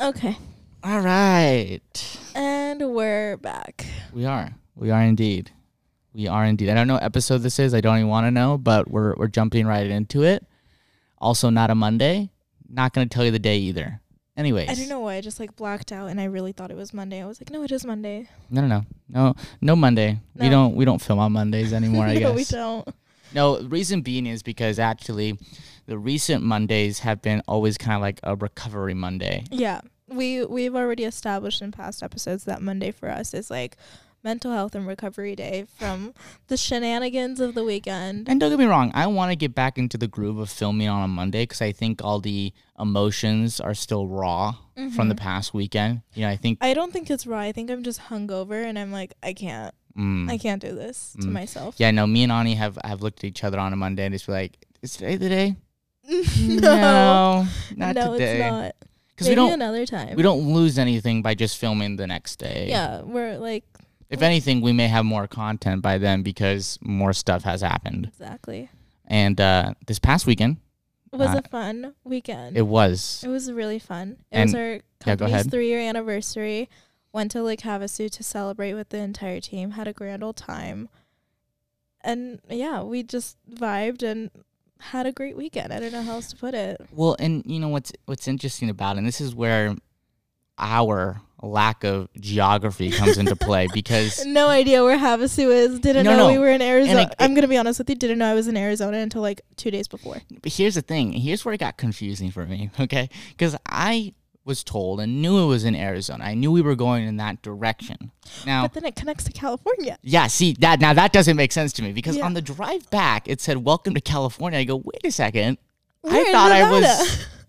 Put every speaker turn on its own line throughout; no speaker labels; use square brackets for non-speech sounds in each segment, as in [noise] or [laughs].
Okay.
All right.
And we're back.
We are. We are indeed. We are indeed. I don't know what episode this is. I don't even want to know, but we're we're jumping right into it. Also not a Monday. Not going to tell you the day either. Anyways.
I don't know why I just like blacked out and I really thought it was Monday. I was like, no, it is Monday. [laughs]
No, no, no. No no Monday. We
No.
don't we don't film on
[laughs]
Mondays anymore, I
no,
guess.
we don't.
No, reason being is because actually the recent Mondays have been always kind of like a recovery Monday.
Yeah. We we've already established in past episodes that Monday for us is like mental health and recovery day from the shenanigans of the weekend.
And don't get me wrong, I want to get back into the groove of filming on a Monday because I think all the emotions are still raw from the
Mm-hmm.
past weekend. You know, I think
I don't think it's raw. I think I'm just hungover and I'm like, I can't
mm,
I can't do this to myself. [laughs]
Yeah, no, me and Ani have have looked at each other on a Monday and just be like, "Is today
[laughs]
the day?" no, not
no, it's
today.
not.
Because
Maybe
we don't
another time.
we don't lose anything by just filming the next day.
yeah, we're like
If anything, we may have more content by then because more stuff has happened.
exactly.
And uh, this past weekend,
It was
Uh,
a fun weekend.
it was
It was really fun. It
And-
was our
go
company's
ahead.
three year anniversary. Went to Lake Havasu to celebrate with the entire team. Had a grand old time. And yeah, we just vibed and had a great weekend. I don't know how else to put it.
Well, and you know what's what's interesting about it, and this is where our lack of geography comes
[laughs]
into play because
No idea where Havasu is. Didn't
No,
know
no.
we were in Arizona.
it-
I'm going to be honest with you. Didn't know I was in Arizona until like two days before.
but here's the thing, here's where it got confusing for me, [laughs] okay? Cuz I was told and knew it was in Arizona. I knew we were going in that direction. Now,
But then it connects to California.
yeah, see that now that doesn't make sense to me because
Yeah.
on the drive back it said welcome to California. I go, "Wait a second.
We're
I
in
thought I was
Nevada.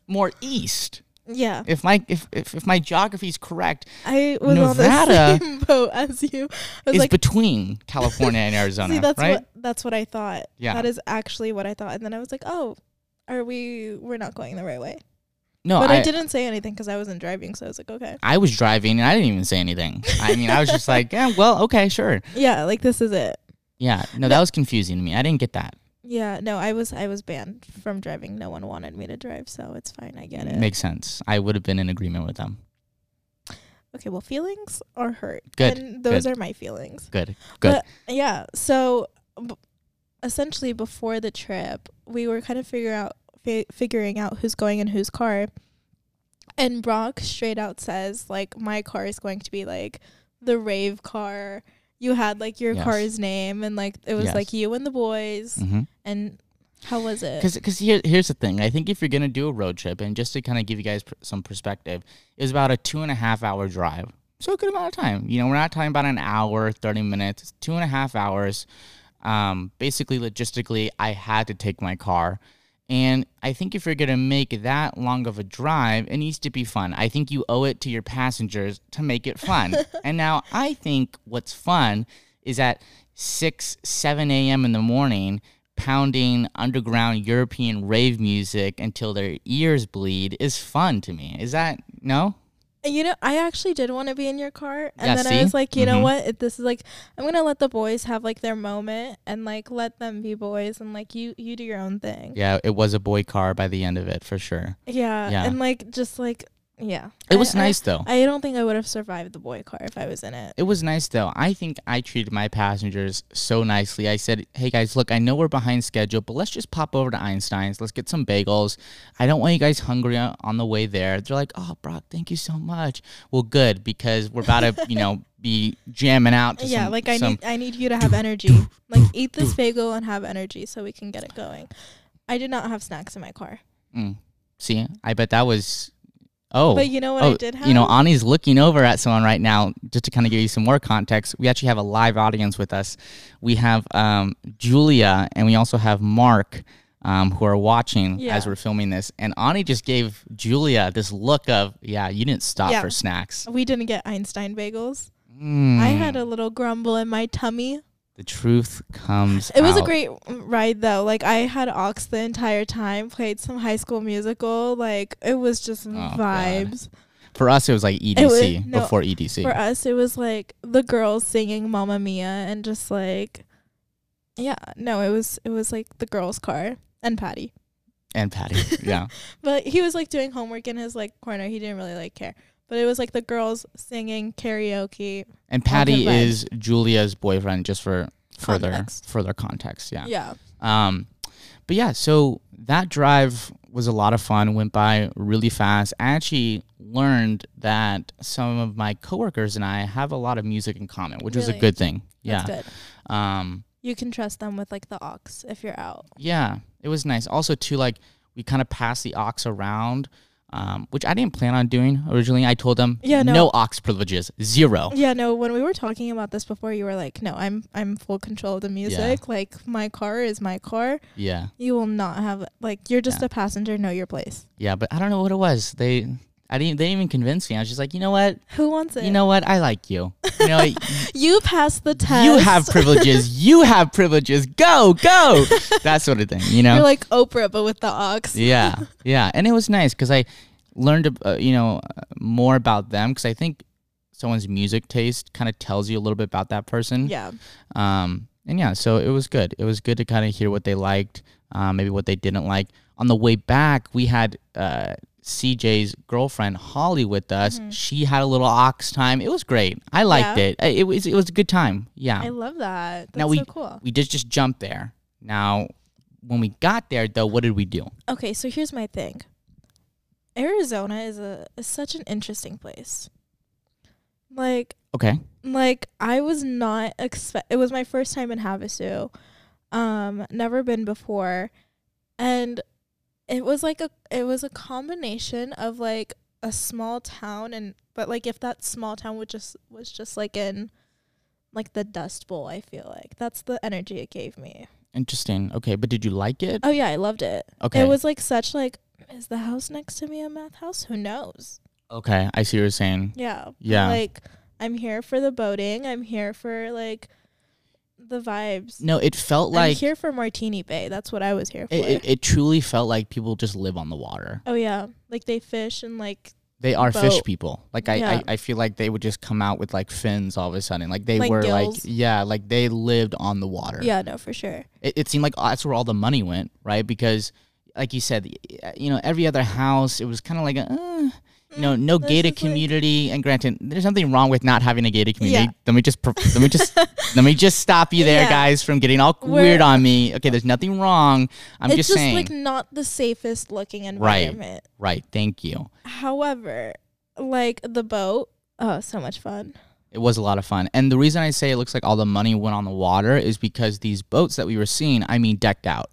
more east."
[laughs] Yeah.
If my if if, if my geography is correct,
I was on the
Nevada
same [laughs] boat as you. I was
it's
like, [laughs]
between California and Arizona,
See, that's
right?
what that's what I thought.
Yeah.
That is actually what I thought. And then I was like, oh, are we we're not going the right way.
no,
but I,
I
didn't say anything because I wasn't driving, so I was like, okay.
I was driving and I didn't even say anything. I mean, I was just like, yeah, well, okay, sure.
Yeah, like this is it.
Yeah, no, that was confusing to me. I didn't get that.
Yeah, no, I was I was banned from driving. No one wanted me to drive, so it's fine. I get it.
Makes sense. I would have been in agreement with them.
okay, well, feelings are hurt.
Good,
And those are my feelings.
Good. Good.
But, yeah. So b- essentially, before the trip, we were kind of figure out fi- figuring out who's going in whose car, and Brock straight out says like, "My car is going to be like the rave car." You had like your
Yes.
car's name, and like it was
Yes. Mm.
like you and the boys, and how was it?
Because here, here's the thing. I think if you're going to do a road trip, and just to kind of give you guys pr- some perspective, it was about a two and a half hour drive. So a good amount of time. You know, we're not talking about an hour, 30 minutes, it's two and a half hours. Um, basically, logistically, I had to take my car. And I think if you're going to make that long of a drive, it needs to be fun. I think you owe it to your passengers to make it fun. and now I think what's fun is at 6, 7 a.m. in the morning, pounding underground European rave music until their ears bleed is fun to me. Is that no?
And you know, I actually did want to be in your car, and
Yeah,
then
see?
I was like, you know
Mhm.
what? It, this is like, I'm gonna let the boys have like their moment, and like let them be boys, and like you, you do your own thing.
Yeah, it was a boy car by the end of it for sure.
Yeah,
Yeah.
and like just like yeah,
It was
I- I-
nice though.
I, don't think I would have survived the boy car if I was in it.
It was nice though. I think I treated my passengers so nicely. I said, "Hey guys, look, I know we're behind schedule, but let's just pop over to Einstein's. Let's get some bagels. I don't want you guys hungry o- on the way there." They're like, "Oh, Brock, thank you so much." Well, good because we're about to,
[laughs]
you know, be jamming out. To
yeah,
some-
like I
some-
need I need you to have energy. Like eat this bagel and have energy so we can get it going. I did not have snacks in my car,
Mm. See, I bet that was. Oh,
but you know what
oh,
I did have.
you know, Ani's looking over at someone right now just to kind of give you some more context. We actually have a live audience with us. We have um, Julia and we also have Mark. Um, who are watching
Yeah.
as we're filming this? And Ani just gave Julia this look of, "Yeah, you didn't stop
Yeah.
for snacks."
we didn't get Einstein bagels.
Mm.
I had a little grumble in my tummy.
the truth comes.
It was a
out.
great ride though. Like I had aux the entire time, played some High School Musical. Like it was just
Oh, God.
vibes.
for us. It was like EDC
was- no,
before E EDC.
For us, it was like the girls singing "Mamma Mia" and just like, yeah, no, it was it was like the girls' car and Patty.
and
[laughs]
Patty. Yeah.
But he was like doing homework in his like corner. He didn't really like care. But it was like the girls singing karaoke.
And Patty
Content
is Julia's boyfriend, just for further
Context.
further context. Yeah.
Yeah.
Um, but yeah, so that drive was a lot of fun. Went by really fast. I actually learned that some of my coworkers and I have a lot of music in common, which was a
Really?
good thing.
That's
yeah.
good.
Um,
You can trust them with like the ox if you're out.
yeah, it was nice. Also, too, like we kind of passed the ox around. Um, which I didn't plan on doing originally. I told them,
Yeah, no.
no ox privileges, zero.
Yeah, no, when we were talking about this before you were like, No, I'm I'm full control of the music. Like my car is my car.
Yeah.
You will not have like you're just
Yeah.
a passenger, know your place.
Yeah, but I don't know what it was. They I didn't they didn't even convince me. I was just like, you know what?
Who wants it?
You know what? I like you.
[laughs]
You know what?
you passed the test.
you have privileges.
[laughs]
You have privileges. Go, go. that sort of thing, you know?
You're like Oprah, but with the ox.
yeah. Yeah. And it was nice cuz I learned uh, you know uh, more about them cuz I think someone's music taste kind of tells you a little bit about that person.
Yeah.
Um, and yeah, so it was good. It was good to kind of hear what they liked, um, maybe what they didn't like. On the way back, we had uh, CJ's girlfriend Holly with us. She had a little ox time. It was great. I liked
Mm-hmm. Yeah.
it. I- It was it was a good time. Yeah.
I love that. That's
Now we-
so cool.
we did just jump there. Now, when we got there, though, what did we do?
Okay, so here's my thing. Arizona is a is such an interesting place. Like
Okay.
like I was not expect. It was my first time in Havasu, um, never been before, and it was like a it was a combination of like a small town and but like if that small town would just was just like in like the Dust Bowl. I feel like that's the energy it gave me.
Interesting. Okay, but did you like it?
Oh yeah, I loved it.
Okay.
It was like such like is the house next to me a math house? Who knows?
okay, I see what you're saying.
Yeah.
Yeah.
Like I'm here for the boating. I'm here for like the vibes.
No, it felt
I'm
like it,
here for Martini Bay. That's what I was here for.
it, it truly felt like people just live on the water.
oh yeah, like they fish and like
They are fish
boat.
people. Like I,
Yeah.
I, I feel like they would just come out with like fins all of a sudden. Like they
Like
were like
gills.
yeah, like they lived on the water.
yeah, no, for sure.
It, it seemed like that's where all the money went, right? Because like you said, y- you know, every other house it was kind of like a. Uh, you
[laughs]
know, no
this
gated
is Mm, like-
community, and granted, there's nothing wrong with not having a gated community.
Yeah.
Let me just, pro- let
[laughs]
me just, let me just stop you there,
Yeah.
guys, from getting all
We're-
weird on me. Okay, there's nothing wrong. I'm
it's
just,
just,
saying,
like not the safest looking
Right.
environment.
right? Thank you.
However, like the boat, oh, so much fun.
It was a lot of fun. And the reason I say it looks like all the money went on the water is because these boats that we were seeing, I mean, decked out.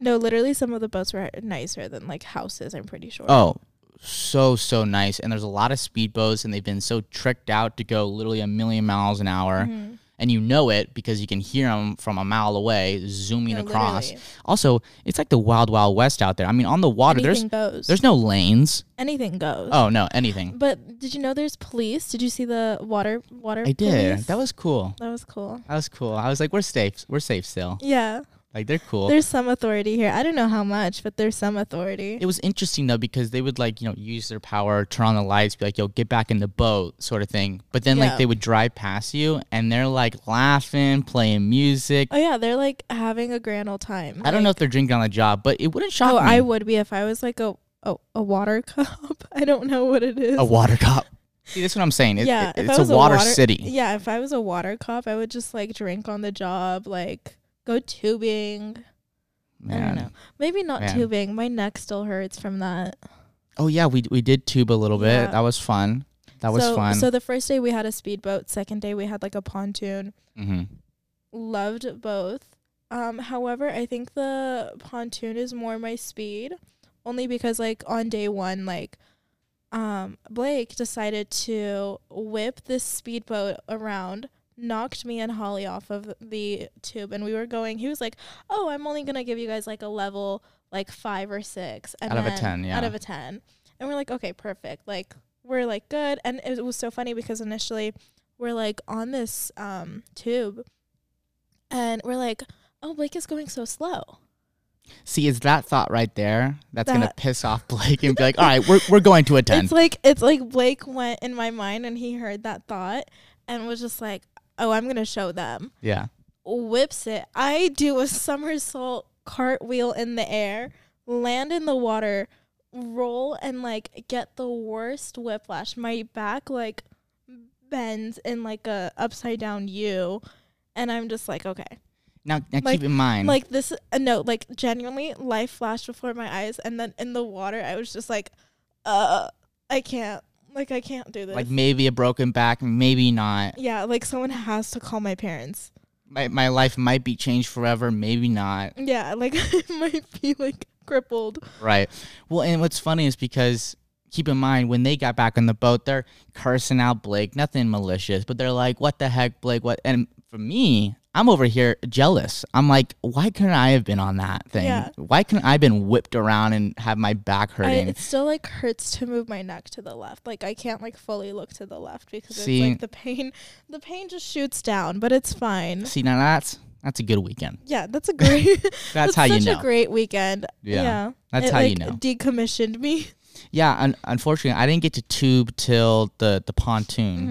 No, literally, some of the boats were nicer than like houses. I'm pretty sure.
Oh, so, so nice. And there's a lot of speedboats, and they've been so tricked out to go literally a million miles an hour.
Mm-hmm.
And you know it because you can hear them from a mile away zooming
No,
across.
literally.
Also, it's like the wild, wild west out there. I mean, on the water,
anything
there's
goes.
there's no lanes.
anything goes.
Oh no, anything.
But did you know there's police? Did you see the water water?
I did.
police?
That was cool.
that was cool.
That was cool. I was like, we're safe. We're safe still.
Yeah,
Like they're cool.
there's some authority here. I don't know how much, but there's some authority.
It was interesting though because they would like you know use their power, turn on the lights, be like, "Yo, get back in the boat," sort of thing. But then like
Yeah.
they would drive past you and they're like laughing, playing music.
oh yeah, they're like having a grand old time.
I don't know if
Like,
they're drinking on the job, but it wouldn't shock
oh,
me.
I would be if I was like a a, a water [laughs] cup. I don't know what it is.
a water cop. See, that's what I'm saying. It,
yeah,
it-
if I
it's a
was
water, city.
Yeah, if I was a water cop, I would just like drink on the job, like go tubing. I don't know.
Man.
Maybe not
Man.
tubing. My neck still hurts from that.
Oh yeah, we we did tube a little bit.
Yeah.
That was fun. That was
so,
fun.
So the first day we had a speedboat. Second day we had like a pontoon.
hmm
Loved both. Um, however, I think the pontoon is more my speed, only because like on day one, like, um, Blake decided to whip this speedboat around. Knocked me and Holly off of the tube, and we were going. He was like, "Oh, I'm only gonna give you guys like a level like five or six, and
Out of a
then-
10, yeah.
out of a ten. And we're like, okay, perfect. Like we're like good. And it was so funny because initially we're like on this um tube and we're like, Oh, Blake is going so slow.
See, is that thought right there that's gonna
That-
piss off Blake and be like, "All right, we're we're going to a 10.
It's like it's like Blake went in my mind and he heard that thought and was just like, Oh, I'm gonna show them.
yeah.
Whips it. I do a somersault cartwheel in the air, land in the water, roll and like get the worst whiplash. My back like bends in like a upside down U and I'm just like, okay.
Now, now
Like-
keep in mind,
Like this uh, no, like genuinely life flashed before my eyes and then in the water I was just like, uh I can't like I can't do this.
like maybe a broken back, maybe not.
yeah, like someone has to call my parents.
My my life might be changed forever, maybe not.
Yeah, like [laughs] I might be like crippled.
Right. Well, and what's funny is because keep in mind when they got back on the boat, they're cursing out Blake, nothing malicious, but they're like, "What the heck, Blake? What?" And for me, I'm over here jealous. I'm like, "Why couldn't I have been on that thing?
Yeah.
Why couldn't I have been whipped around and have my back
I,
hurting?"
it still like hurts to move my neck to the left. Like I can't like fully look to the left because it's
See-
like the pain the pain just shoots down, but it's fine.
See, now that's that's a good weekend.
Yeah, that's a [laughs] great
That's, how you
such
know.
a great weekend.
Yeah,
Yeah.
that's
It,
how you
like,
know.
Decommissioned me.
Yeah, un- unfortunately, I didn't get to tube till the the pontoon,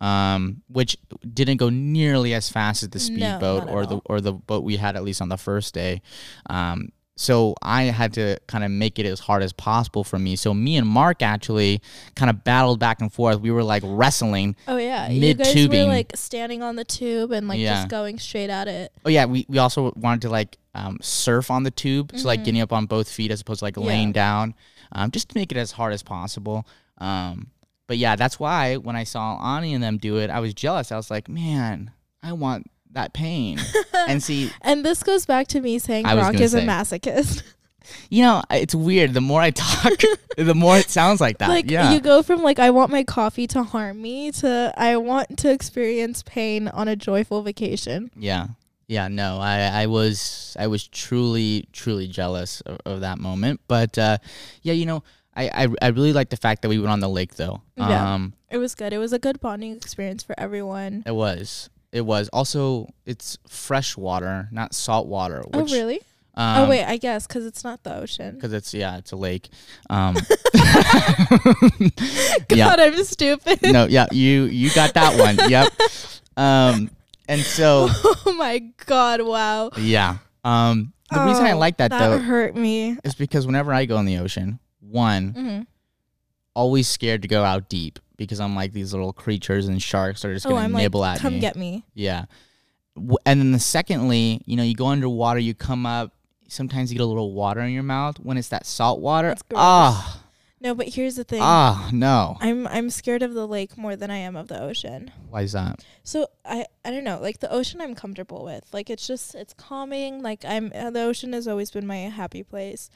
Mm-hmm.
um, which didn't go nearly as fast as the speedboat
not at
or the
all.
or the boat we had at least on the first day. Um, so I had to kind of make it as hard as possible for me. So me and Mark actually kind of battled back and forth. We were like wrestling.
Oh yeah. you guys
Mid-tubing.
were like standing on the tube and like
Yeah.
just going straight at it.
Oh yeah, we, we also wanted to like um, surf on the tube, so like getting up on both feet as opposed to like laying
Mm-hmm. Yeah.
down, um, just to make it as hard as possible. Um, but yeah, that's why when I saw Ani and them do it, I was jealous. I was like, man, I want that
[laughs]
pain. and see,
And this goes back to me saying
I was
Rock
gonna
is a
say.
masochist. [laughs]
you know, I- it's weird. The more I talk, the more it sounds like that.
like
yeah,
you go from like I want my coffee to harm me to I want to experience pain on a joyful vacation.
yeah, yeah. No, I I was I was truly truly jealous of, of that moment. But uh, yeah, you know. I, I, I really like the fact that we went on the lake though.
Yeah.
Um,
It was good. It was a good bonding experience for everyone.
It was. It was. Also, it's fresh water, not salt water.
oh
Which,
really?
Um,
oh wait, I guess because it's not the ocean.
Because it's yeah, it's a lake. Um,
God,
[laughs] yeah.
I'm stupid.
No, yeah, you you got that one. Yep. Um,
[laughs]
and so
[laughs] oh my god! Wow.
yeah. Um, the reason I
Oh,
like that,
That
though
hurt me.
is because whenever I go in the ocean, one
Mhm.
always scared to go out deep because I'm like these little creatures and sharks are just
Oh,
gonna
I'm like,
nibble at
come
me.
get me.
Yeah. W- And then the secondly, you know, you go underwater, you come up. Sometimes you get a little water in your mouth when it's that salt water.
That's gross.
Ah,
No, but here's the thing.
ah, no.
I'm I'm scared of the lake more than I am of the ocean.
Why is that?
So I I don't know. Like the ocean, I'm comfortable with. Like it's just it's calming. Like I'm uh, the ocean has always been my happy place.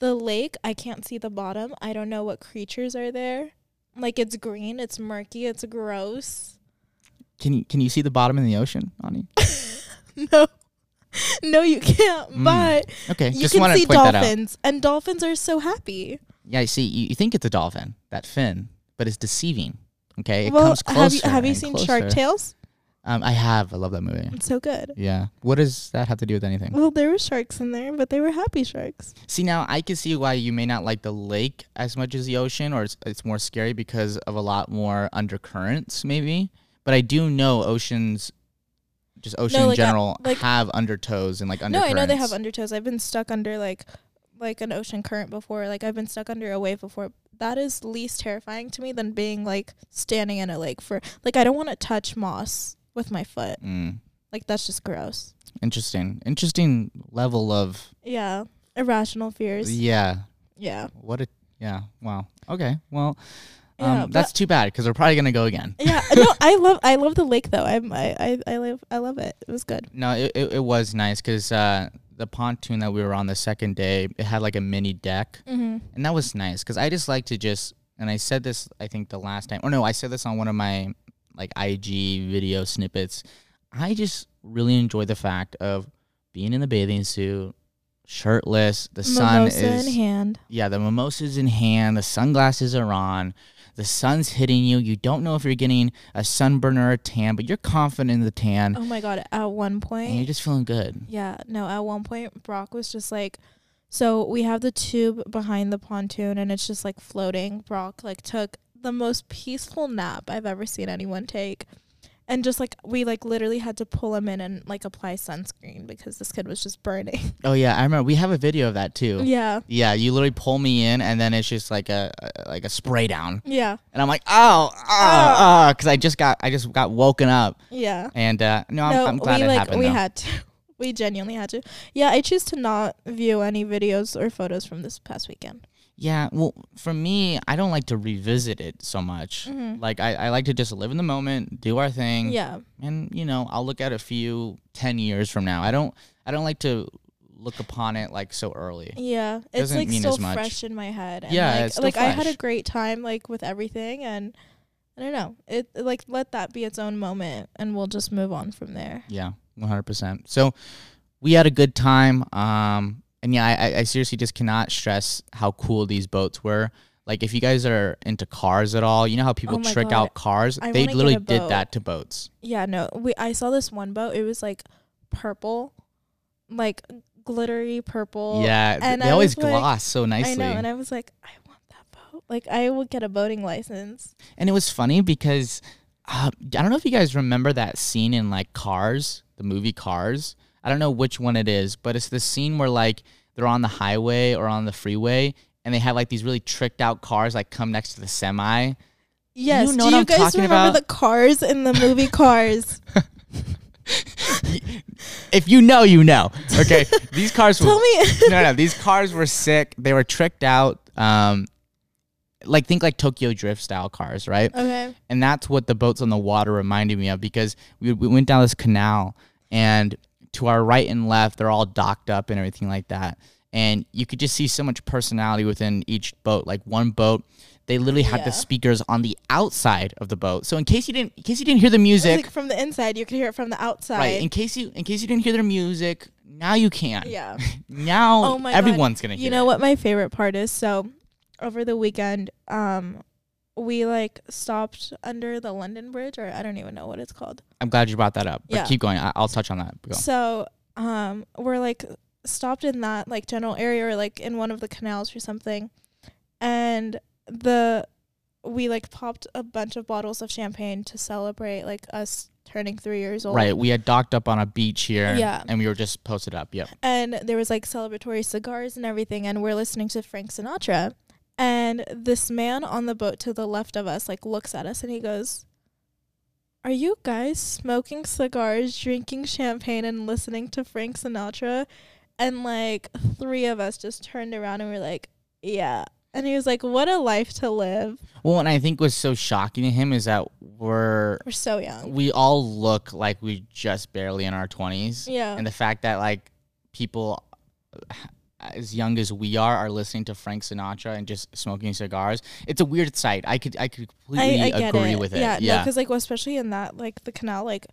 The lake, I can't see the bottom. I don't know what creatures are there. Like it's green, it's murky, it's gross. [laughs]
Can you can you see the bottom in the ocean, Ani?
No, no, you can't.
Mm.
But
Okay,
[laughs] you
just
can
wanted
see
to point that out.
dolphins, and dolphins are so happy.
Yeah, you see, you, you think it's a dolphin, that fin, but it's deceiving. Okay, it
well,
comes closer.
have you have you
and
seen
closer.
Shark Tales?
Um, I have. I love that movie.
It's so good.
Yeah. What does that have to do with anything?
Well, there were sharks in there, but they were happy sharks.
See now, I can see why you may not like the lake as much as the ocean, or it's, it's more scary because of a lot more undercurrents, maybe. But I do know oceans, just ocean in
like, uh,
general,
like-
have undertows and like
No,
undercurrents.
I know they have undertows. I've been stuck under like like an ocean current before. Like I've been stuck under a wave before. That is least terrifying to me than being like standing in a lake for like I don't want to touch moss with my foot.
Mm,
Like that's just gross.
interesting, interesting level of
Yeah. Irrational fears.
yeah.
Yeah.
What a yeah. Wow. Okay. Well, um,
Yeah, but-
that's too bad because we're probably gonna go again.
Yeah. No, I love I love the lake though. I'm I, I, I love I love it. It was good.
[laughs] No, it, it, it was nice because uh, the pontoon that we were on the second day, it had like a mini deck.
Mm-hmm.
and that was nice because I just like to just and I said this I think the last time or no I said this on one of my like IG video snippets. I just really enjoy the fact of being in the bathing suit, shirtless. The sun
Mimosa
is
in
[laughs]
hand.
yeah, the mimosas in hand, the sunglasses are on, the sun's hitting you. You don't know if you're getting a sunburn or a tan, but you're confident in the tan
Oh my god, at one
and
point
you're just feeling good.
Yeah, no, at one point Brock was just like so we have the tube behind the pontoon and it's just like floating. Brock like took the most peaceful nap I've ever seen anyone take. and just like we like literally had to pull him in and like apply sunscreen because this kid was just burning.
Oh yeah, I remember. We have a video of that too.
[laughs] yeah.
Yeah, you literally pull me in, and then it's just like a a- like a spray down,
Yeah.
and I'm like, oh, oh, because I just got I just got woken up,
Yeah.
and uh, no, I'm,
no,
I'm glad
we
it
like
happened.
we
though.
had to. [laughs] We genuinely had to. Yeah, I choose to not view any videos or photos from this past weekend.
yeah, well, for me, I don't like to revisit it so much. Like I, I like to just live in the moment, do our thing,
Mm-hmm. Yeah.
and you know, I'll look at a few ten years from now. I don't I don't like to look upon it like so early.
Yeah. It's
Doesn't
like
mean
still
as much.
fresh in my head. And
Yeah,
like,
it's still
like I had a
fresh.
great time like with everything and I don't know. It like let that be its own moment and we'll just move on from there.
Yeah, one hundred percent. So we had a good time. Um, and yeah, I, I- I seriously just cannot stress how cool these boats were. Like, if you guys are into cars at all, you know how people
Oh my
trick
God.
out cars.
I
they
wanna get
literally
a
did
boat.
that to boats.
Yeah, no. We I saw this one boat. It was like purple, like glittery purple.
yeah, th-
and I
they always
was like-
gloss so nicely.
I know, and I was like, I want that boat. Like I will get a boating license.
and it was funny because uh, I don't know if you guys remember that scene in like Cars, the movie Cars. I don't know which one it is, but it's the scene where like they're on the highway or on the freeway, and they have like these really tricked out cars like come next to the semi.
Yes.
know what
Do you
I'm
guys
talking
remember
about?
the cars in the movie
[laughs]
Cars?
If you know, you know.
[laughs]
Okay, these cars were
Tell me.
[laughs] no, no. These cars were sick. They were tricked out. Um, like think like Tokyo Drift style cars, right?
okay.
and that's what the boats on the water reminded me of because we, we went down this canal and to our right and left they're all docked up and everything like that and you could just see so much personality within each boat like one boat they literally had
Yeah.
the speakers on the outside of the boat so in case you didn't in case you didn't hear the music
Like from the inside, you could hear it from the outside.
right in case you in case you didn't hear their music now you can
Yeah.
[laughs] now
Oh my God.
everyone's gonna hear
you know
it.
what my favorite part is? So, over the weekend, um, we like stopped under the London Bridge, or I don't even know what it's called.
i'm glad you brought that up but
Yeah.
keep going I, i'll touch on that Go.
So, um, we're like stopped in that like general area or like in one of the canals or something. And the we like popped a bunch of bottles of champagne to celebrate like us turning three years old.
right we had docked up on a beach here
Yeah.
and we were just posted up yep
and there was like celebratory cigars and everything and we're listening to Frank Sinatra and this man on the boat to the left of us like looks at us and he goes are you guys smoking cigars drinking champagne and listening to Frank Sinatra and like three of us just turned around and were like yeah and he was like what a life to live
Well, and I think what's so shocking to him is that we're
we're so young
we all look like we just barely in our twenties,
yeah
and the fact that like people uh, as young as we are are listening to Frank Sinatra and just smoking cigars, it's a weird sight. I could I could completely agree with it.
Yeah, no, because like well, especially in that like the canal, like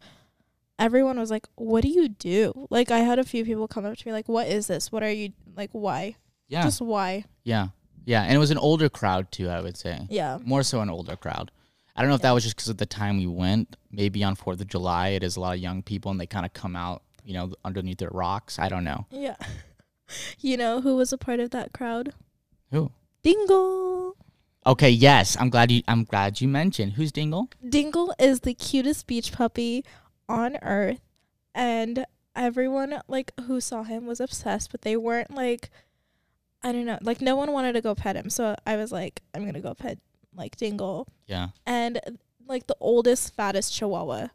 everyone was like, "What do you do?" Like I had a few people come up to me like, "What is this? What are you like? Why?
yeah,
Just why?"
yeah, yeah. And it was an older crowd too. I would say
Yeah,
more so an older crowd. I don't know if that was just because of the time we went. Maybe on Fourth of July, it is a lot of young people, and they kind of come out, you know, underneath their rocks. I don't know
yeah. [laughs] you know who was a part of that crowd?
who.
Dingle.
Okay, yes. I'm glad you I'm glad you mentioned. Who's Dingle?
Dingle is the cutest beach puppy on earth, and everyone like who saw him was obsessed, but they weren't like. I don't know. Like no one wanted to go pet him, so I was like, I'm gonna go pet like Dingle.
Yeah.
and like the oldest, fattest chihuahua.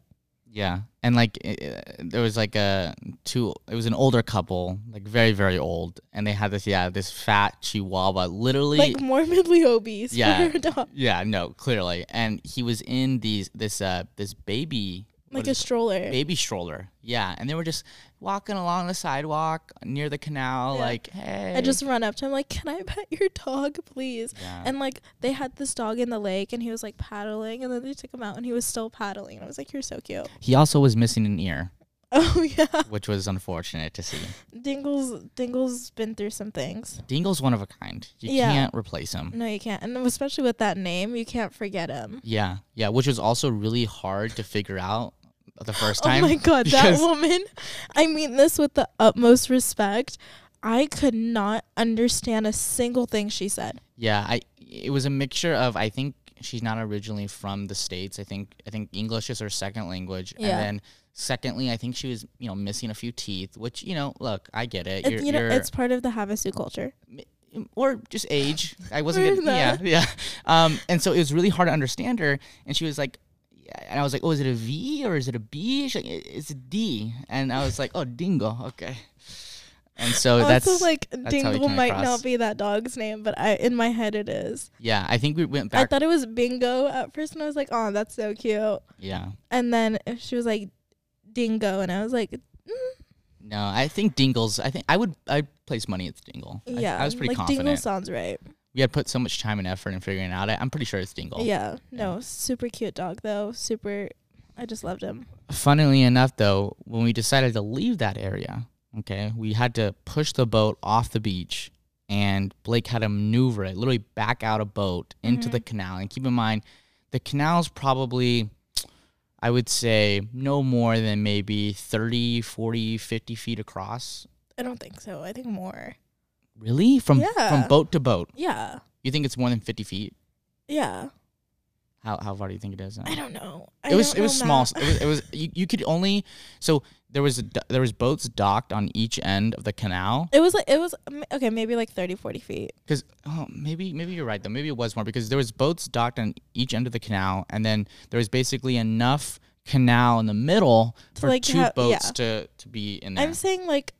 Yeah. And like uh, there was like a two it was an older couple, like very very old, and they had this yeah, this fat chihuahua literally
Like morbidly [laughs] obese
Yeah.
for a dog.
Yeah, no, clearly. And he was in these this uh this baby what
Like a
is it?
stroller.
baby stroller. Yeah, and they were just walking along the sidewalk near the canal
Yeah.
like, "Hey."
I just run up to him like, Can I pet your dog, please?
yeah.
And like they had this dog in the lake and he was like paddling and then they took him out and he was still paddling. And I was like, You're so cute. [laughs]
he also was missing an ear,
Oh yeah.
which was unfortunate to see.
Dingle's Dingle's been through some things.
Dingle's one of a kind. You
Yeah.
can't replace him.
No, you can't. And especially with that name, you can't forget him.
Yeah, yeah, which was also really hard to figure out the first
Oh
time.
my god, that
because-
woman. I mean this with the utmost respect. I could not understand a single thing she said.
Yeah, I it was a mixture of I think she's not originally from the states. I think I think English is her second language,
Yeah.
and then secondly, I think she was you know missing a few teeth, which you know, look, I get it.
It,
You're,
you know,
you're-
it's part of the Havasu culture.
or just age. I wasn't
Or
good. Yeah,
that.
yeah. Um, and so it was really hard to understand her. And she was like, and I was like, oh, is it a V or is it a B? She's like, "I- it's a D. And I was like, oh, dingo. Okay. And so Oh, that's
also, like
how he
Dingle
came
might
across.
not be that dog's name, but I in my head it is.
yeah. I think we went
I
back.
thought it was Bingo at first, and I was like, "Oh, that's so cute."
yeah.
And then she was like, "Dingo," and I was like, mm,
No, I think dingles. I think I would. I place money at the dingle. I-
"Yeah."
I, was pretty
like,
confident.
Dingle sounds right.
we had put so much time and effort in figuring out it. I'm pretty sure it's dingle.
Yeah. No, super cute dog though. Super. I just loved him.
Funnily enough, though, when we decided to leave that area, okay, we had to push the boat off the beach, and Blake had to maneuver it, literally back out a boat into the canal. And keep in mind, the canal's probably, I would say, no more than maybe 30, 40, 50 feet across.
I don't think so. I think more.
Really? From
Yeah.
from boat to boat.
Yeah.
You think it's more than 50 feet?
Yeah.
How, how far do you think it is? now?
I don't know.
it was it was small. It was, it was
[laughs]
you, you could only so there was a do- there was boats docked on each end of the canal
It was like it was mm, okay, maybe like 30, 40 feet.
because oh, maybe maybe you're right though maybe it was more because there was boats docked on each end of the canal and then there was basically enough canal in the middle for
like,
two
ha-
boats
yeah.
to to be in there
I'm saying like,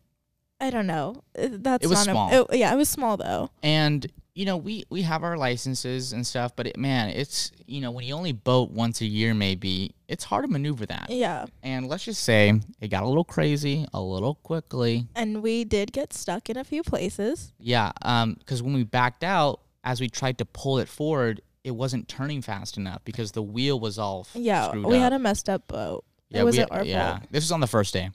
I don't know. Uh, That's
It was
not a-
small.
it- yeah, it was small though.
and you know we we have our licenses and stuff but it, man it's you know when you only boat once a year maybe it's hard to maneuver that
Yeah,
and let's just say it got a little crazy a little quickly
and we did get stuck in a few places.
Yeah, because when we backed out, as we tried to pull it forward, it wasn't turning fast enough because the wheel was all f-
Yeah,
screwed
we
up.
had a messed up boat.
yeah,
it
we-
wasn't our
yeah.
fault.
This was on the first day,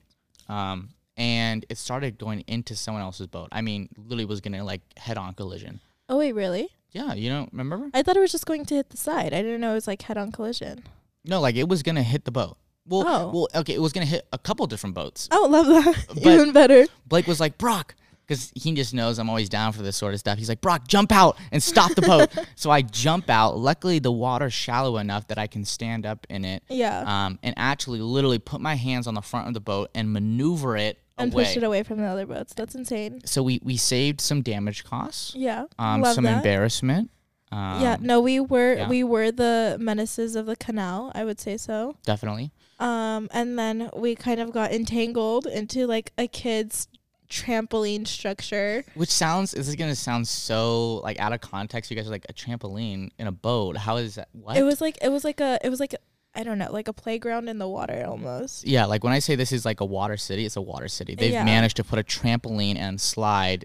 um, and it started going into someone else's boat. I mean, literally was gonna like head on collision.
Oh wait, really?
Yeah, you don't remember?
I thought it was just going to hit the side. I didn't know it was like head-on collision.
No, like it was gonna hit the boat. Well,
Oh.
well, okay, it was gonna hit a couple different boats.
Oh, love that. [laughs]
But-
Even better.
Blake was like, Brock, because he just knows I'm always down for this sort of stuff. He's like, Brock, jump out and stop
[laughs]
the boat. so I jump out. Luckily, the water's shallow enough that I can stand up in it
Yeah,
um, and actually literally put my hands on the front of the boat and maneuver it
and
away.
pushed it away from the other boats. That's insane.
So we, we saved some damage costs,
Yeah,
um,
love
some
that.
embarrassment. Um,
yeah, no, we were
yeah.
we were the menaces of the canal. I would say so.
Definitely.
Um, and then we kind of got entangled into like a kid's trampoline structure.
Which sounds, this is going to sound so like out of context. You guys are like a trampoline in a boat. How is that? What?
It was like it was like a it was like a, I don't know like a playground in the water almost.
Yeah, like when I say this is like a water city, it's a water city. They've
Yeah.
managed to put a trampoline and slide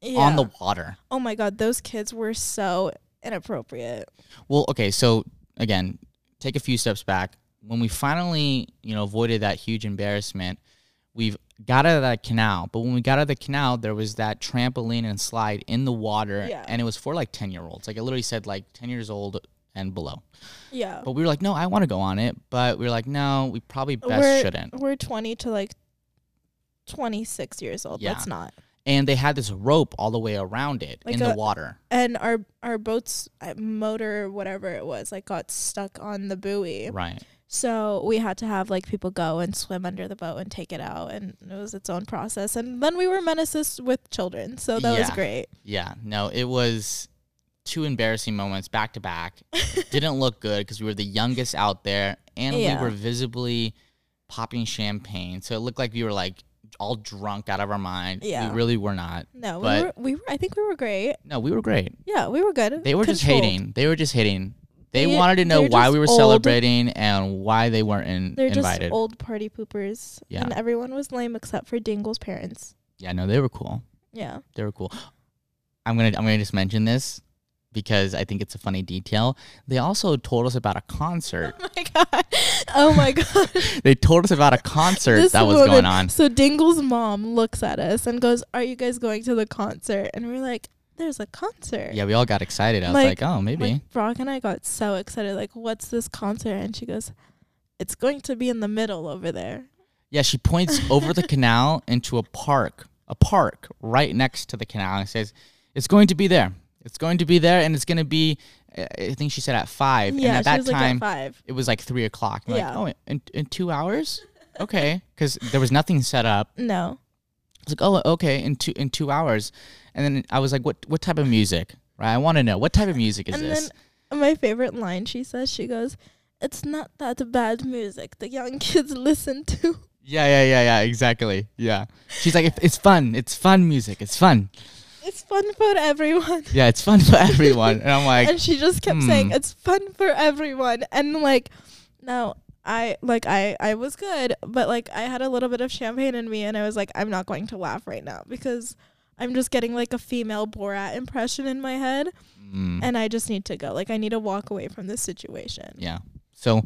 Yeah.
on the water.
oh my god, those kids were so inappropriate.
Well, okay, so again, take a few steps back. When we finally, you know, avoided that huge embarrassment, we've got out of that canal. But when we got out of the canal, there was that trampoline and slide in the water,
Yeah.
and it was for like ten year olds. Like it literally said like ten years old and below.
Yeah,
But we were like, no, I want to go on it. But we were like, no, we probably best
we're
shouldn't.
we're twenty to like twenty six years old.
Yeah.
Let's not.
And they had this rope all the way around it
Like
in
a-
the water.
And our our boat's uh, motor, whatever it was, like got stuck on the buoy.
Right.
So we had to have like people go and swim under the boat and take it out, and it was its own process. And then we were menaces with children, so that was
Yeah.
great.
Yeah, no, it was two embarrassing moments back
[laughs]
to back. Didn't look good because we were the youngest out there, and
Yeah.
we were visibly popping champagne, so it looked like we were like all drunk out of our mind.
Yeah.
we really were not.
No, we
But-
were, we were. I think we were great.
No, we were great.
Yeah, we were good.
They were just
Controlled.
hating. They were just hating. They,
They-
wanted to know
they're
why
just
we were
old.
celebrating and why they weren't in,
They're
invited.
just old party poopers.
Yeah.
and everyone was lame except for Dingle's parents.
Yeah, no, they were cool.
Yeah, [laughs]
They were cool. I'm gonna I'm gonna just mention this because I think it's a funny detail. They also told us about a concert
oh my god, oh my [laughs] god,
[laughs] they told us about a concert
This
that was
woman-
going on.
So Dingle's mom looks at us and goes, "Are you guys going to the concert?" And we're like, "There's a concert."
Yeah, we all got excited. I was
Like-
like, oh, maybe.
Like, Brock and I got so excited. Like, what's this concert? And she goes, it's going to be in the middle over there.
yeah, she points over the canal into a park, a park right next to the canal, and says, it's going to be there. It's It's going to be there, and it's going to be. uh, I think she said at five. and
yeah,
at
she
that
was like
time,
at five.
it was like three o'clock. I'm
Yeah.
Like, oh, in, in two hours? Okay. Because there was nothing set up.
No.
I was like, oh, okay, in two in two hours. And then I was like, what what type of music? Right? I want to know what type of music is
and
this?
then my favorite line she says, she goes, It's not that bad music the young kids [laughs] listen to.
yeah, yeah, yeah, yeah. Exactly. Yeah. She's like, "It- it's fun. It's fun music. It's fun.
It's fun for everyone.
Yeah, it's fun [laughs] for everyone. and I'm like,
and she just kept saying
hmm.
it's fun for everyone and like now i like i i was good but like i had a little bit of champagne in me and i was like i'm not going to laugh right now because i'm just getting like a female borat impression in my head
mm,
and i just need to go like i need to walk away from this situation
yeah. So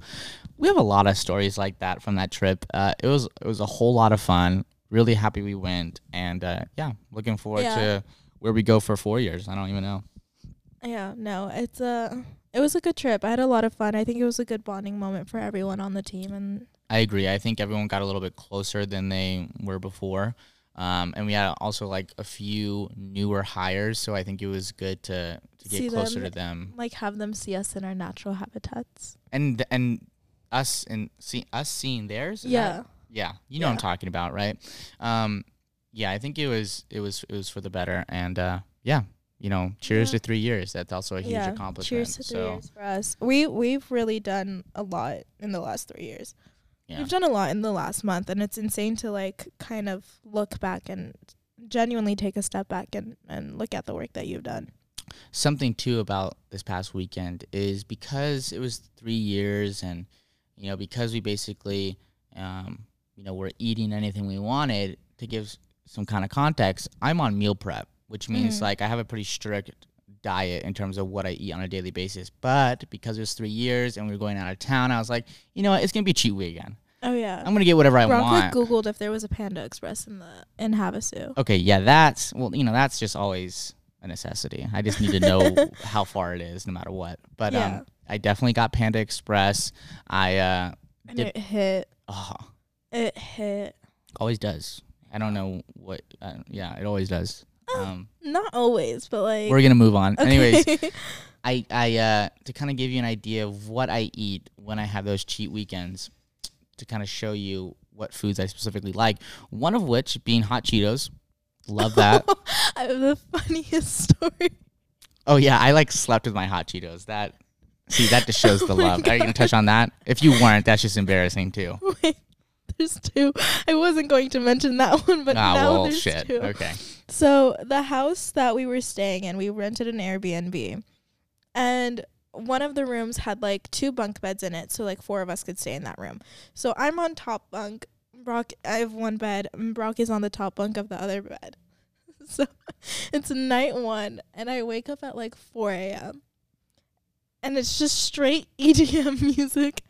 we have a lot of stories like that from that trip. Uh, it was it was a whole lot of fun. Really happy we went, and uh, yeah, looking forward
Yeah.
to where we go for four years. I don't even know.
yeah no it's a it was a good trip i had a lot of fun i think it was a good bonding moment for everyone on the team and
I agree. I think everyone got a little bit closer than they were before. Um, and we had also like a few newer hires, so I think it was good to, to get
See
closer
them.
to them
like have them see us in our natural habitats
and and us and see us seeing theirs. is
yeah
that- yeah, you know what I'm
Yeah.
talking about, right? Um, yeah, I think it was it was it was for the better, and uh, yeah, you know, cheers
Yeah.
to three years. That's also a huge
Yeah,
accomplishment.
Cheers to three
so
years for us. We we've really done a lot in the last three years.
Yeah.
We've done a lot in the last month, and it's insane to like kind of look back and genuinely take a step back and and look at the work that you've done.
something too about this past weekend is because it was three years and you know because we basically um, you know were eating anything we wanted to give s- some kind of context i'm on meal prep which means
Mm.
like i have a pretty strict diet in terms of what i eat on a daily basis but because it was three years and we were going out of town i was like you know what it's gonna be cheat weekend
Oh yeah,
i'm gonna get whatever i want
Bronco googled if there was a Panda Express in the in Havasu.
Okay, yeah, that's well, you know, that's just always a necessity. I just need to
[laughs]
know how far it is, no matter what. But
Yeah.
um, I definitely got Panda Express. I uh,
And
Did-
it hit.
oh,
It hit.
always does. I don't know what. Uh, yeah, it always does.
Oh.
Um,
Not always, but like.
we're gonna move on. Anyways,
[laughs] Okay.
I I uh, to kind of give you an idea of what I eat when I have those cheat weekends, to kind of show you what foods I specifically like. One of which being hot Cheetos.
[laughs]
Love that.
[laughs] I have the funniest [laughs] story.
Oh yeah, I like slept with my hot Cheetos. That see, that just shows
[laughs]
the
Oh my
love. Are you gonna touch on that? If you weren't, that's just embarrassing too.
Wait, there's two. I wasn't going to mention that one, [laughs] but
ah,
now
well,
there's
shit.
two. [laughs]
Okay.
So the house that we were staying in, we rented an Airbnb, and one of the rooms had like two bunk beds in it, so like four of us could stay in that room. So I'm on top bunk. Brock, I have one bed. and Brock is on the top bunk of the other bed. [laughs] So it's night one, and I wake up at like 4 a.m. and it's just straight [laughs] EDM music.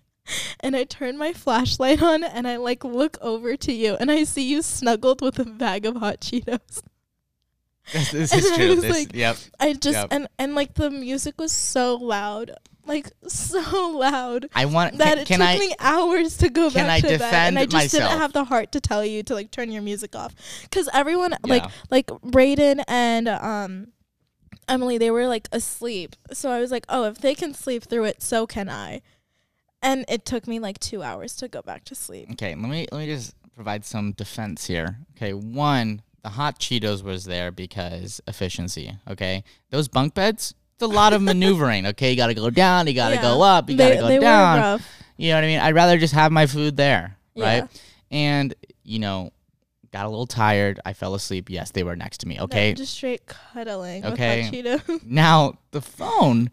And I turn my flashlight on and I like look over to you and I see you snuggled with a bag of hot Cheetos.
This, this
And
is
I
true.
was
This,
like-
yep.
I just
Yep.
and and like the music was so loud, like so [laughs] loud
I want.
that
Can,
it
can
took
I?
me hours to go
can
back
I
to bed, and I
defend
just
myself?
didn't have the heart to tell you to like turn your music off because everyone like
Yeah.
like Brayden and um Emily they were like asleep, so I was like, oh, if they can sleep through it, so can I, and it took me like two hours to go back to sleep.
Okay. Let me let me just provide some defense here. Okay. One, the hot Cheetos was there because efficiency. Okay. Those bunk beds. It's a
[laughs]
lot of maneuvering. Okay. You gotta go down. You gotta
Yeah.
go up. You
they
gotta go
they
down.
were rough.
You know what I mean? I'd rather just have my food there,
Yeah.
right? And you know, got a little tired. I fell asleep. Yes, they were next to me.
They were
Okay.
just straight cuddling
Okay.
with hot Cheetos.
now the phone.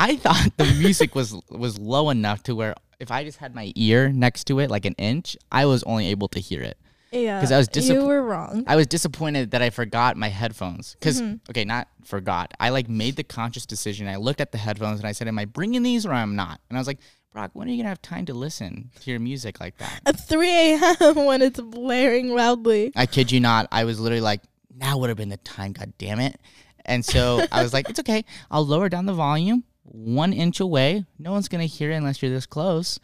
I thought the music was was low enough to where if I just had my ear next to it, like an inch, I was only able to hear it.
[laughs] yeah,
'Cause I was
you
disapp-
were wrong.
I was disappointed that I forgot my headphones. because
Mm-hmm.
okay, not forgot. I like made the conscious decision. I looked at the headphones and I said, "Am I bringing these or I'm not?" And I was like, "Brock, when are you gonna have time to listen to your music like that?"
at 3 a.m. [laughs] when it's blaring loudly.
I kid you not. I was literally like, now would have been the time, god damn it. And so I was like, it's okay. I'll lower down the volume one inch away. No one's gonna hear it unless you're this close.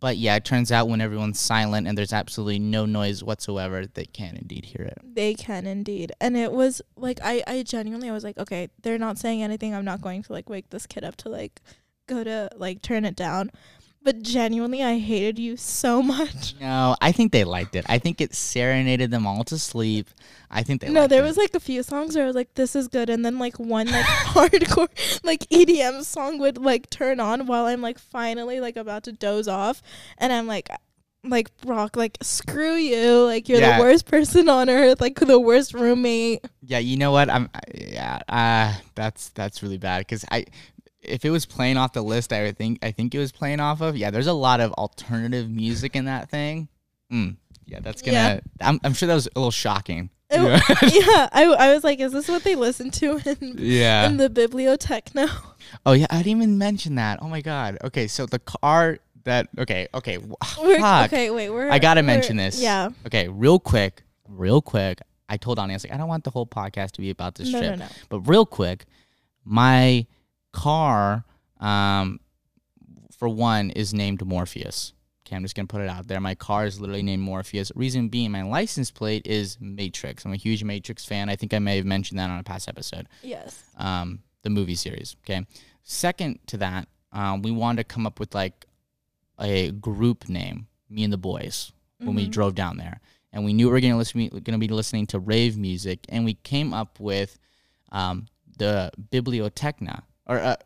But yeah, it turns out when everyone's silent and there's absolutely no noise whatsoever, they can indeed hear it.
They can indeed. And it was like I I genuinely I was like, okay, they're not saying anything. I'm not going to like wake this kid up to like go to like turn it down. But genuinely I hated you so [laughs] much.
No, I think they liked it. I think it serenaded them all to sleep. I think they
no,
liked
there
it.
was like a few songs where I was like, this is good and then like one like [laughs] hardcore like EDM song would like turn on while I'm like finally like about to doze off and I'm like like Brock, like screw you, like you're
Yeah.
the worst person on earth, like the worst roommate.
Yeah, you know what? I'm I- yeah, uh that's that's really bad cuz I if it was playing off the list I would think I think it was playing off of. Yeah, there's a lot of alternative music in that thing. Mm. Yeah, that's going
Yeah.
to I'm I'm sure that was a little shocking.
It
[laughs]
[laughs]
Yeah.
yeah, I, I was like, is this what they listen to in,
yeah.
in the bibliotechno? [laughs]
Oh yeah, I didn't even mention that. Oh my god. Okay, so the car that okay, okay. w-
[laughs] We're,
Fuck.
okay, wait, we're
I gotta
we're-
mention this.
Yeah,
Okay, real quick, real quick. I told Ani, I was like, I don't want the whole podcast to be about this
no,
trip.
no, no.
But real quick, my car, um, for one, is named Morpheus. Okay, I'm just gonna put it out there. My car is literally named Morpheus. Reason being, my license plate is Matrix. I'm a huge Matrix fan. I think I may have mentioned that on a past episode
Yes,
um, the movie series. Okay. Second to that, um, we wanted to come up with like a group name, me and the boys, when we
Mhm.
drove down there, and we knew we were going to listen, going to be listening to rave music, and we came up with um, the Bibliotechna, or uh,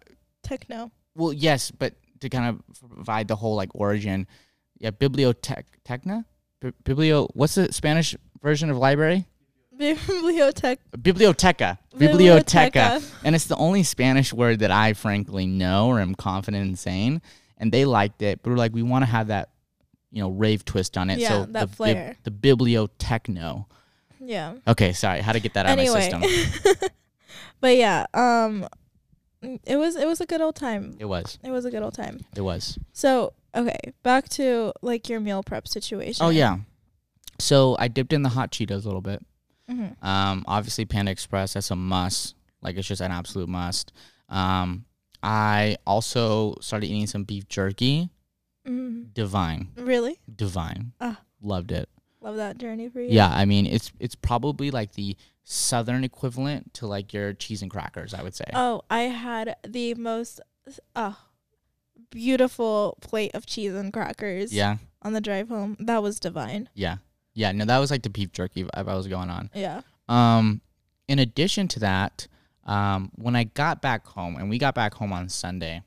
techno. [laughs]
well, yes, but to kind of provide the whole like origin, yeah, Bibliotech Techna, Bi- Biblio. What's the Spanish version of library?
Bibliotech.
Biblioteca. Biblioteca
Biblioteca.
and it's the only Spanish word that I frankly know or am confident in saying. And they liked it, but we're like, we want to have that, you know, rave twist on it.
Yeah,
so
that
the, bib-
flair.
the bibliotechno.
Yeah.
Okay, sorry, how to get that out of
[laughs]
my system?
Anyway, but yeah, um, it was it was a good old time.
It was,
It was a good old time.
it was.
So okay, back to like your meal prep situation.
Oh yeah. So I dipped in the hot Cheetos a little bit.
hmm
Um, obviously Panda Express, that's a must. Like it's just an absolute must. Um, I also started eating some beef jerky.
hmm
Divine,
Really
divine.
Ah.
Loved it.
love that journey for you.
Yeah, I mean it's it's probably like the southern equivalent to like your cheese and crackers, I would say.
Oh, I had the most uh, beautiful plate of cheese and crackers
yeah,
on the drive home. That was divine.
yeah, yeah. No, that was like the beef jerky vibe I was going on.
Yeah.
Um, in addition to that, um, when I got back home, and we got back home on Sunday,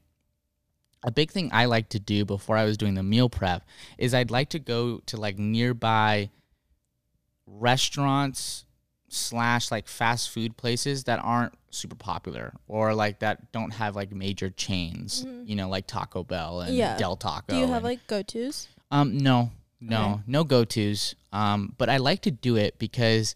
a big thing I like to do before I was doing the meal prep is I'd like to go to like nearby restaurants slash like fast food places that aren't super popular or like that don't have like major chains,
Mhm.
you know, like Taco Bell and
Yeah.
Del Taco.
Do you have
and-
like go tos?
um, no, no,
Okay.
no go tos. Um, but I like to do it because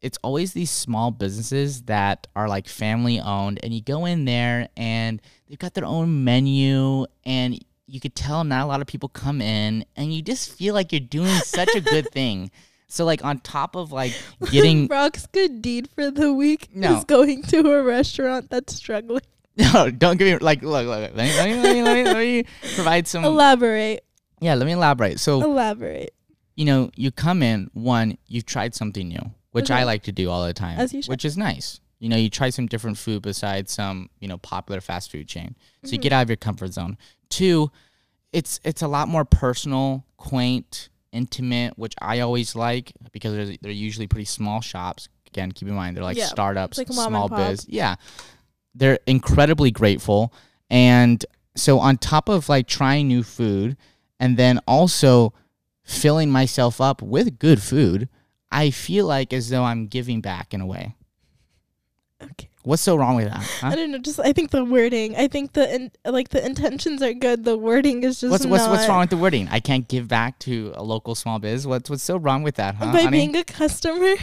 it's always these small businesses that are like family owned, and you go in there and they've got their own menu, and you could tell not a lot of people come in, and you just feel like you're doing such a good thing. So like on top of like
[laughs]
getting [laughs]
Brock's good deed for the week
Mm. No.
is going to a restaurant that's struggling.
no, don't give me like look, look let, me, let, me, let me let me let me provide some
elaborate.
yeah let me elaborate. So
Elaborate.
you know, you come in, one, you've tried something new, which I
Okay.
like to do all the time,
Mm-hmm. As you should.
which is nice. You know, you try some different food besides some, you know, popular fast food chain. So
Mm-hmm.
you get out of your comfort zone. Two, it's it's a lot more personal, quaint, intimate, which I always like because they're, they're usually pretty small shops. Again, keep in mind they're like
Yeah,
startups,
like a mom
small
and pop.
biz. Yeah. They're incredibly grateful and so on top of like trying new food and then also filling myself up with good food, I feel like as though I'm giving back in a way.
Okay.
What's so wrong
[laughs]
with that?
I
Huh?
don't know. Just I think the wording. I think the in, like the intentions are good. The wording is just
What's what's
not.
what's wrong with the wording? I can't give back to a local small biz. What's what's so wrong with that, huh?
By
honey?
being a
[laughs]
customer,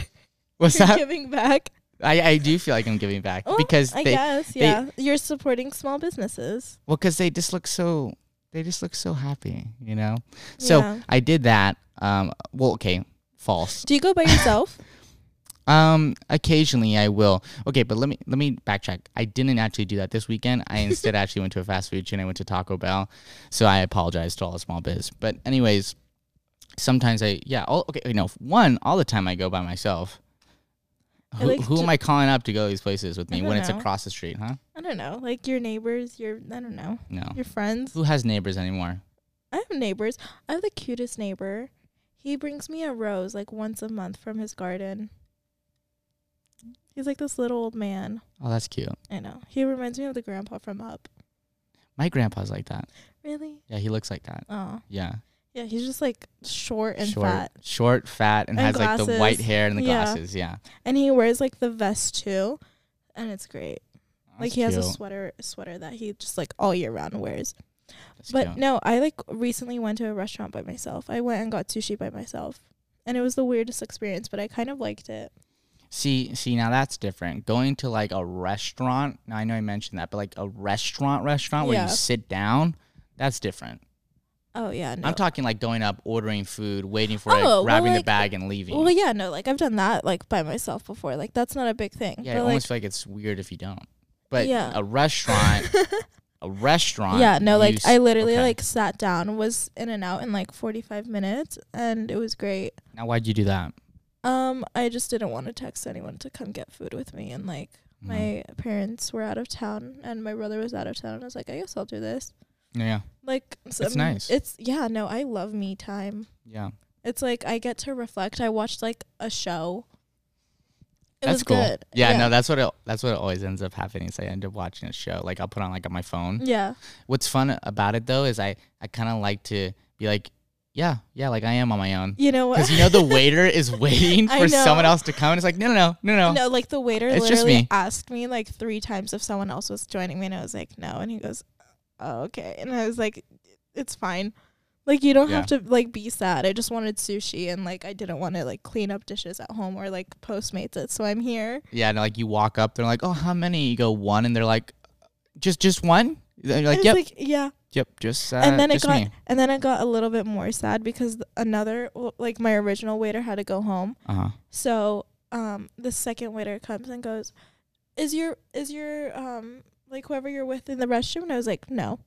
what's
you're
that?
giving back.
I, I do feel like I'm giving back
Well,
because
Oh, I
they
guess
they-
yeah. You're supporting small businesses.
well because they just look so they just look so happy, you know. So
Yeah.
I did that. Um, well, okay, false.
Do you go by yourself?
Um, occasionally I will. Okay, but let me let me backtrack. I didn't actually do that this weekend.
[laughs]
I instead actually went to a fast food chain. I went to Taco Bell, so I apologize to all the small biz. But anyways, sometimes I yeah. All, okay, wait, no. One all the time I go by myself.
I
Who,
like
who
to-
am I calling up to go to these places with
I
me
don't
when it's
know.
across the street? Huh?
I don't know, like your neighbors, your I don't know,
No.
your friends.
Who has neighbors anymore?
I have neighbors. I have the cutest neighbor. He brings me a rose like once a month from his garden. He's like this little old man.
Oh, that's cute.
I know. He reminds me of the grandpa from Up.
My grandpa's like that.
Really?
Yeah, he looks like that.
Oh.
Yeah.
Yeah, he's just like short and
short,
fat.
short, fat, and,
And
has like the white
glasses.
hair and the
Yeah.
glasses. Yeah.
And he wears like the vest too. And it's great. like
That's
he has a
cute.
sweater sweater that he just like all year round wears.
That's
But
cute.
no, I like recently went to a restaurant by myself. I went and got sushi by myself. And it was the weirdest experience, but I kind of liked it.
See, see, now that's different. Going to like a restaurant. Now I know I mentioned that, but like a restaurant, restaurant where
Yeah.
you sit down, that's different.
Oh yeah, no.
I'm talking like going up, ordering food, waiting for
Oh, well,
it, grabbing the
like-
bag, and leaving.
Well, yeah, no, like I've done that like by myself before. Like that's not a big thing.
yeah, I
but,
almost feel like it's weird if you don't. But
Yeah. [laughs]
a restaurant, a restaurant.
like, yeah, no,
you
like
s-
I literally
okay.
like sat down, was in and out in like forty five minutes, and it was great.
Now, why'd you do that?
Um, I just didn't want to text anyone to come get food with me, and like
Mm-hmm.
my parents were out of town, and my brother was out of town, and I was like, I guess I'll do this.
Yeah,
Like, so,
It's
I mean,
nice.
It's yeah, no, I love me time.
yeah.
It's like I get to reflect. I watched like a show. It
that's
was
cool.
good.
Yeah, no, that's what it, that's what always ends up happening. Is I end up watching a show. Like I'll put on like on my phone.
yeah.
What's fun about it though is I I kind of like to be like, yeah, yeah, like I am on my own.
You know
[laughs]
what?
Because you
[laughs]
know the waiter is waiting
I
for
know.
someone else to come, and it's like, no, no, no, no, no.
No, like the waiter
It's just
literally
me.
asked me like three times if someone else was joining me, and I was like, no. And he goes, oh, okay. And I was like, it's fine. Like you don't have to like be sad. I just wanted sushi, and like I didn't want to like clean up dishes at home or like Postmates it. So I'm here.
Yeah, and like you walk up, they're like, oh, how many? You go one, and they're like, just just one.
I
And you're like,
was
yep,
like, yeah.
yep, just uh,
and then it
just
got
me.
and then it got a little bit more sad because th- another well, like my original waiter had to go home.
Uh huh.
So um, the second waiter comes and goes, "Is your is your um like whoever you're with in the restroom?" And I was like, "No,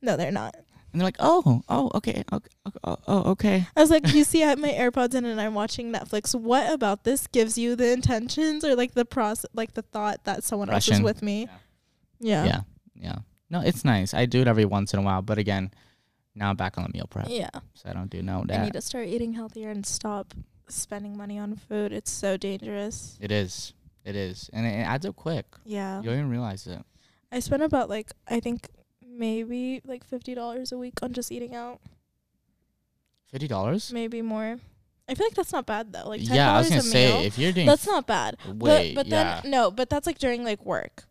no, they're not."
And they're like, oh, oh, okay, okay, oh, oh, okay.
I was like, "You see, I have my AirPods in and I'm watching Netflix. What about this gives you the intentions or like the process, like the thought that someone else
Russian.
is with me?" Yeah.
Yeah, yeah. No, it's nice. I do it every once in a while, but again, now I'm back on the meal prep,
Yeah.
so I don't do no
I
that.
need to start eating healthier and stop spending money on food. It's so dangerous.
It is, it is, and it, it adds up quick.
Yeah.
You don't even realize it.
I spend about like I think maybe like fifty dollars a week on just eating out.
Fifty dollars.
maybe more. I feel like that's not bad though. Like ten
yeah, I was
dollars
gonna
a
say
meal.
if you're doing
That's not bad.
Wait,
but but
yeah.
then no, but that's like during like work.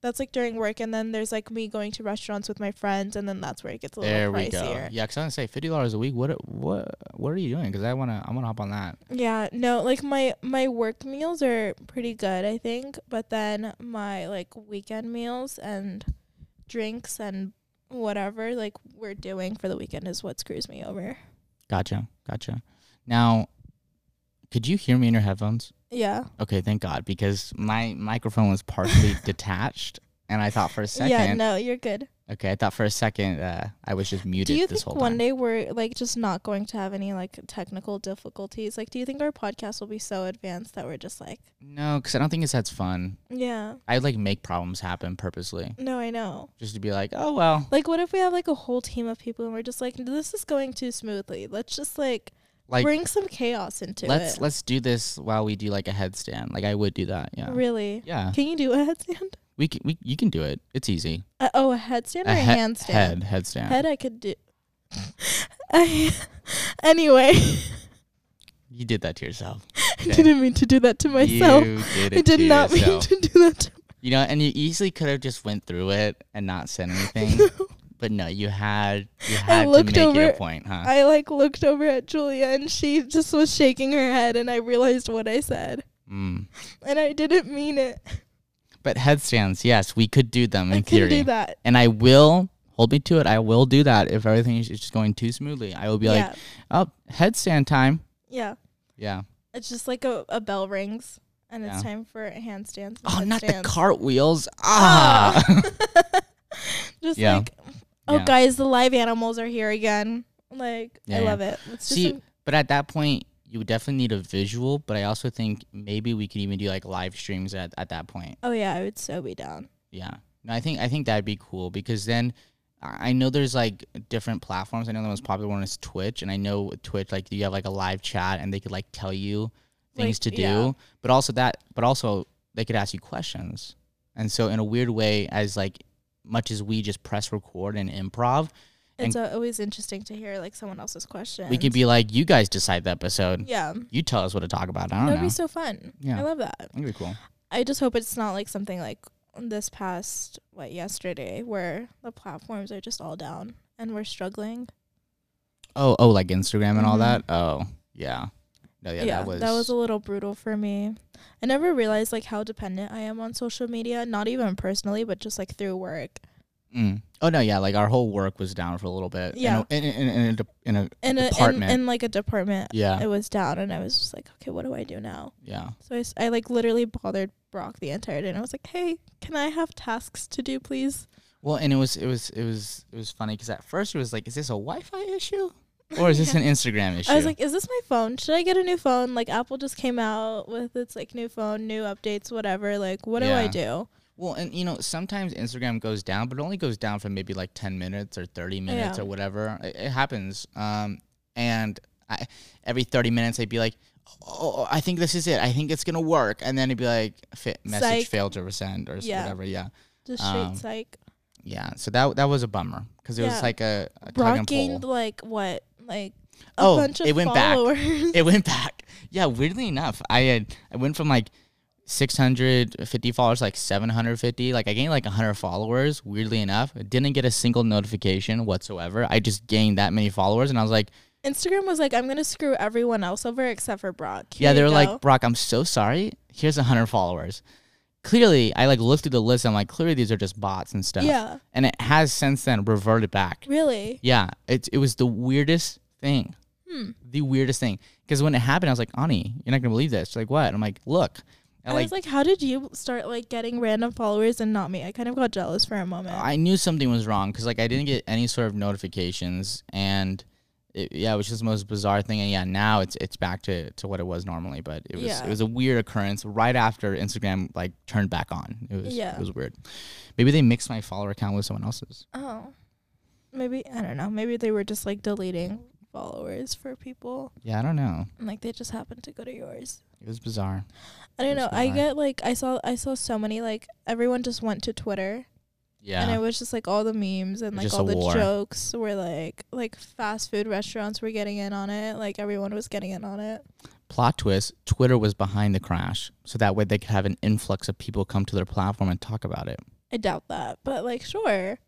That's like during work, and then there's like me going to restaurants with my friends, and then that's where it gets a little
There we go.
pricier.
Yeah, because I was gonna say fifty dollars a week. What what what are you doing? Because I wanna I wanna hop on that.
Yeah, no, like my my work meals are pretty good, I think, but then my like weekend meals and drinks and whatever like we're doing for the weekend is what screws me over.
Gotcha, gotcha. Now, could you hear me in your headphones?
Yeah,
Okay, thank God, because my microphone
[laughs]
was partially detached, and I thought for a second.
yeah, no, you're good.
Okay, I thought for a second uh, I was just muted
do you
this
think
whole
one
time.
day we're like just not going to have any like technical difficulties like do you think our podcast will be so advanced that we're just like
no, because I don't think it's that's fun.
yeah
I like make problems happen purposely,
no i know
just to be like, oh well,
like what if we have like a whole team of people and we're just like this is going too smoothly let's just like,
like
bring some chaos into
let's
it
let's do this while we do like a headstand. Like I would do that. Yeah.
really
Yeah.
can you do a headstand
We can, we you can do it. It's easy.
uh, oh a headstand
a
or a
he-
handstand
head headstand.
head i could do [laughs] I, anyway [laughs]
You did that to yourself.
i didn't mean to do that to [laughs] myself
You did it
i did
to
not mean
yourself.
to do that to [laughs]
You know, and you easily could have just went through it and not
[laughs]
said anything. but no, you had you had to
looked
make it
over-
a point, huh?
I like looked over at Julia and she just was shaking her head and I realized what I said.
mm.
And I didn't mean it.
But headstands, yes, we could do them
[laughs]
in
I
theory.
couldn't do that.
And I will hold me to it. I will do that if everything is is just going too smoothly. I will be
yeah.
like, "Oh, headstand time."
yeah.
Yeah.
It's just like a, a bell rings and
Yeah.
it's time for handstands. and
Oh, not the
headstands.
cartwheels. Ah.
Just
Yeah.
like, oh,
Yeah.
guys, the live animals are here again. Like,
Yeah,
I
yeah.
love it. It's just
See,
a-
[laughs] but at that point, you would definitely need a visual. But I also think maybe we could even do like live streams at, at that point.
oh yeah, I would so be down.
Yeah. No, I think I think that'd be cool because then I I know there's like different platforms. I know the most popular one is Twitch, and I know with Twitch like you have like a live chat, and they could like tell you things
Like,
to do.
yeah.
But also that, but also they could ask you questions. And so in a weird way, as like much as we just press record and improv,
It's uh always interesting to hear like someone else's question.
we could be like, you guys decide the episode.
yeah,
You tell us what to talk about. I
that
don't
would
know.
be so fun.
Yeah.
I love that.
That'd be cool.
I just hope it's not like something like this past what yesterday where the platforms are just all down and we're struggling.
Oh, oh, like Instagram and all
Mhm.
that. Oh, yeah. No, yeah, that was
a little brutal for me. I never realized like how dependent I am on social media, not even personally, but just like through work.
Mm. Oh no, yeah, like our whole work was down for a little bit. in
Yeah.
a- in in, in, in, a, de- in a
In a in,
Department.
in like a department,
yeah,
it was down, and I was just like, okay, what do I do now?
yeah,
So I, s- I, like literally bothered Brock the entire day, and I was like, hey, can I have tasks to do, please?
well, and it was it was it was it was funny because at first it was like, is this a Wi-Fi issue or is this
Yeah.
an Instagram issue?
I was like, is this my phone? Should I get a new phone? Like Apple just came out with its like new phone, new updates, whatever. Like, what do I
Yeah.
do?
well, and you know, sometimes Instagram goes down, but it only goes down for maybe like ten minutes or thirty minutes
Yeah.
or whatever. It, it happens. Um, and I, every thirty minutes I'd be like. Oh, oh, I think this is it. I think it's gonna work, and then it'd be like fa- message
Psych.
failed to resend or s-
Yeah.
whatever. Yeah,
Just straight
Um,
psych.
yeah. So that that was a bummer because it
Yeah.
was like a, a tug
Brock
and pull.
gained like what, like a
Oh,
bunch of
it went back.
followers.
[laughs]
[laughs]
it went back. Yeah, weirdly enough, I had I went from like 650 followers to, like 750. Like I gained like 100 followers. Weirdly enough, I didn't get a single notification whatsoever. I just gained that many followers, and I was like,
Instagram was like, I'm gonna screw everyone else over except for Brock. Here
yeah, they
you
were
go."
like, Brock, I'm so sorry. Here's 100 followers. Clearly, I like looked at the list. I'm like, clearly these are just bots and stuff.
yeah,
And it has since then reverted back.
really.
Yeah, it it was the weirdest thing.
Hmm.
The weirdest thing. Because when it happened, I was like, Ani, you're not gonna believe this. She's like, what? I'm like, look.
I was like, how did you start like getting random followers and not me? I kind of got jealous for a moment.
I knew something was wrong because like I didn't get any sort of notifications, and it, yeah, it was just the most bizarre thing. And yeah, now it's it's back to, to what it was normally, but it was
Yeah.
it was a weird occurrence right after Instagram like turned back on. It was
Yeah.
it was weird. Maybe they mixed my follower account with someone else's.
oh, maybe I don't know. Maybe they were just like deleting followers for people,
Yeah, I don't know.
and like they just happened to go to yours.
It was bizarre.
I don't
That's
know. I
why.
get like I saw I saw so many like everyone just went to Twitter
Yeah,
and it was just like all the memes and
It's
like
just
all
a
the
war.
jokes were like like fast food restaurants were getting in on it. Like everyone was getting in on it.
plot twist: Twitter was behind the crash, so that way they could have an influx of people come to their platform and talk about it.
I doubt that, but like sure,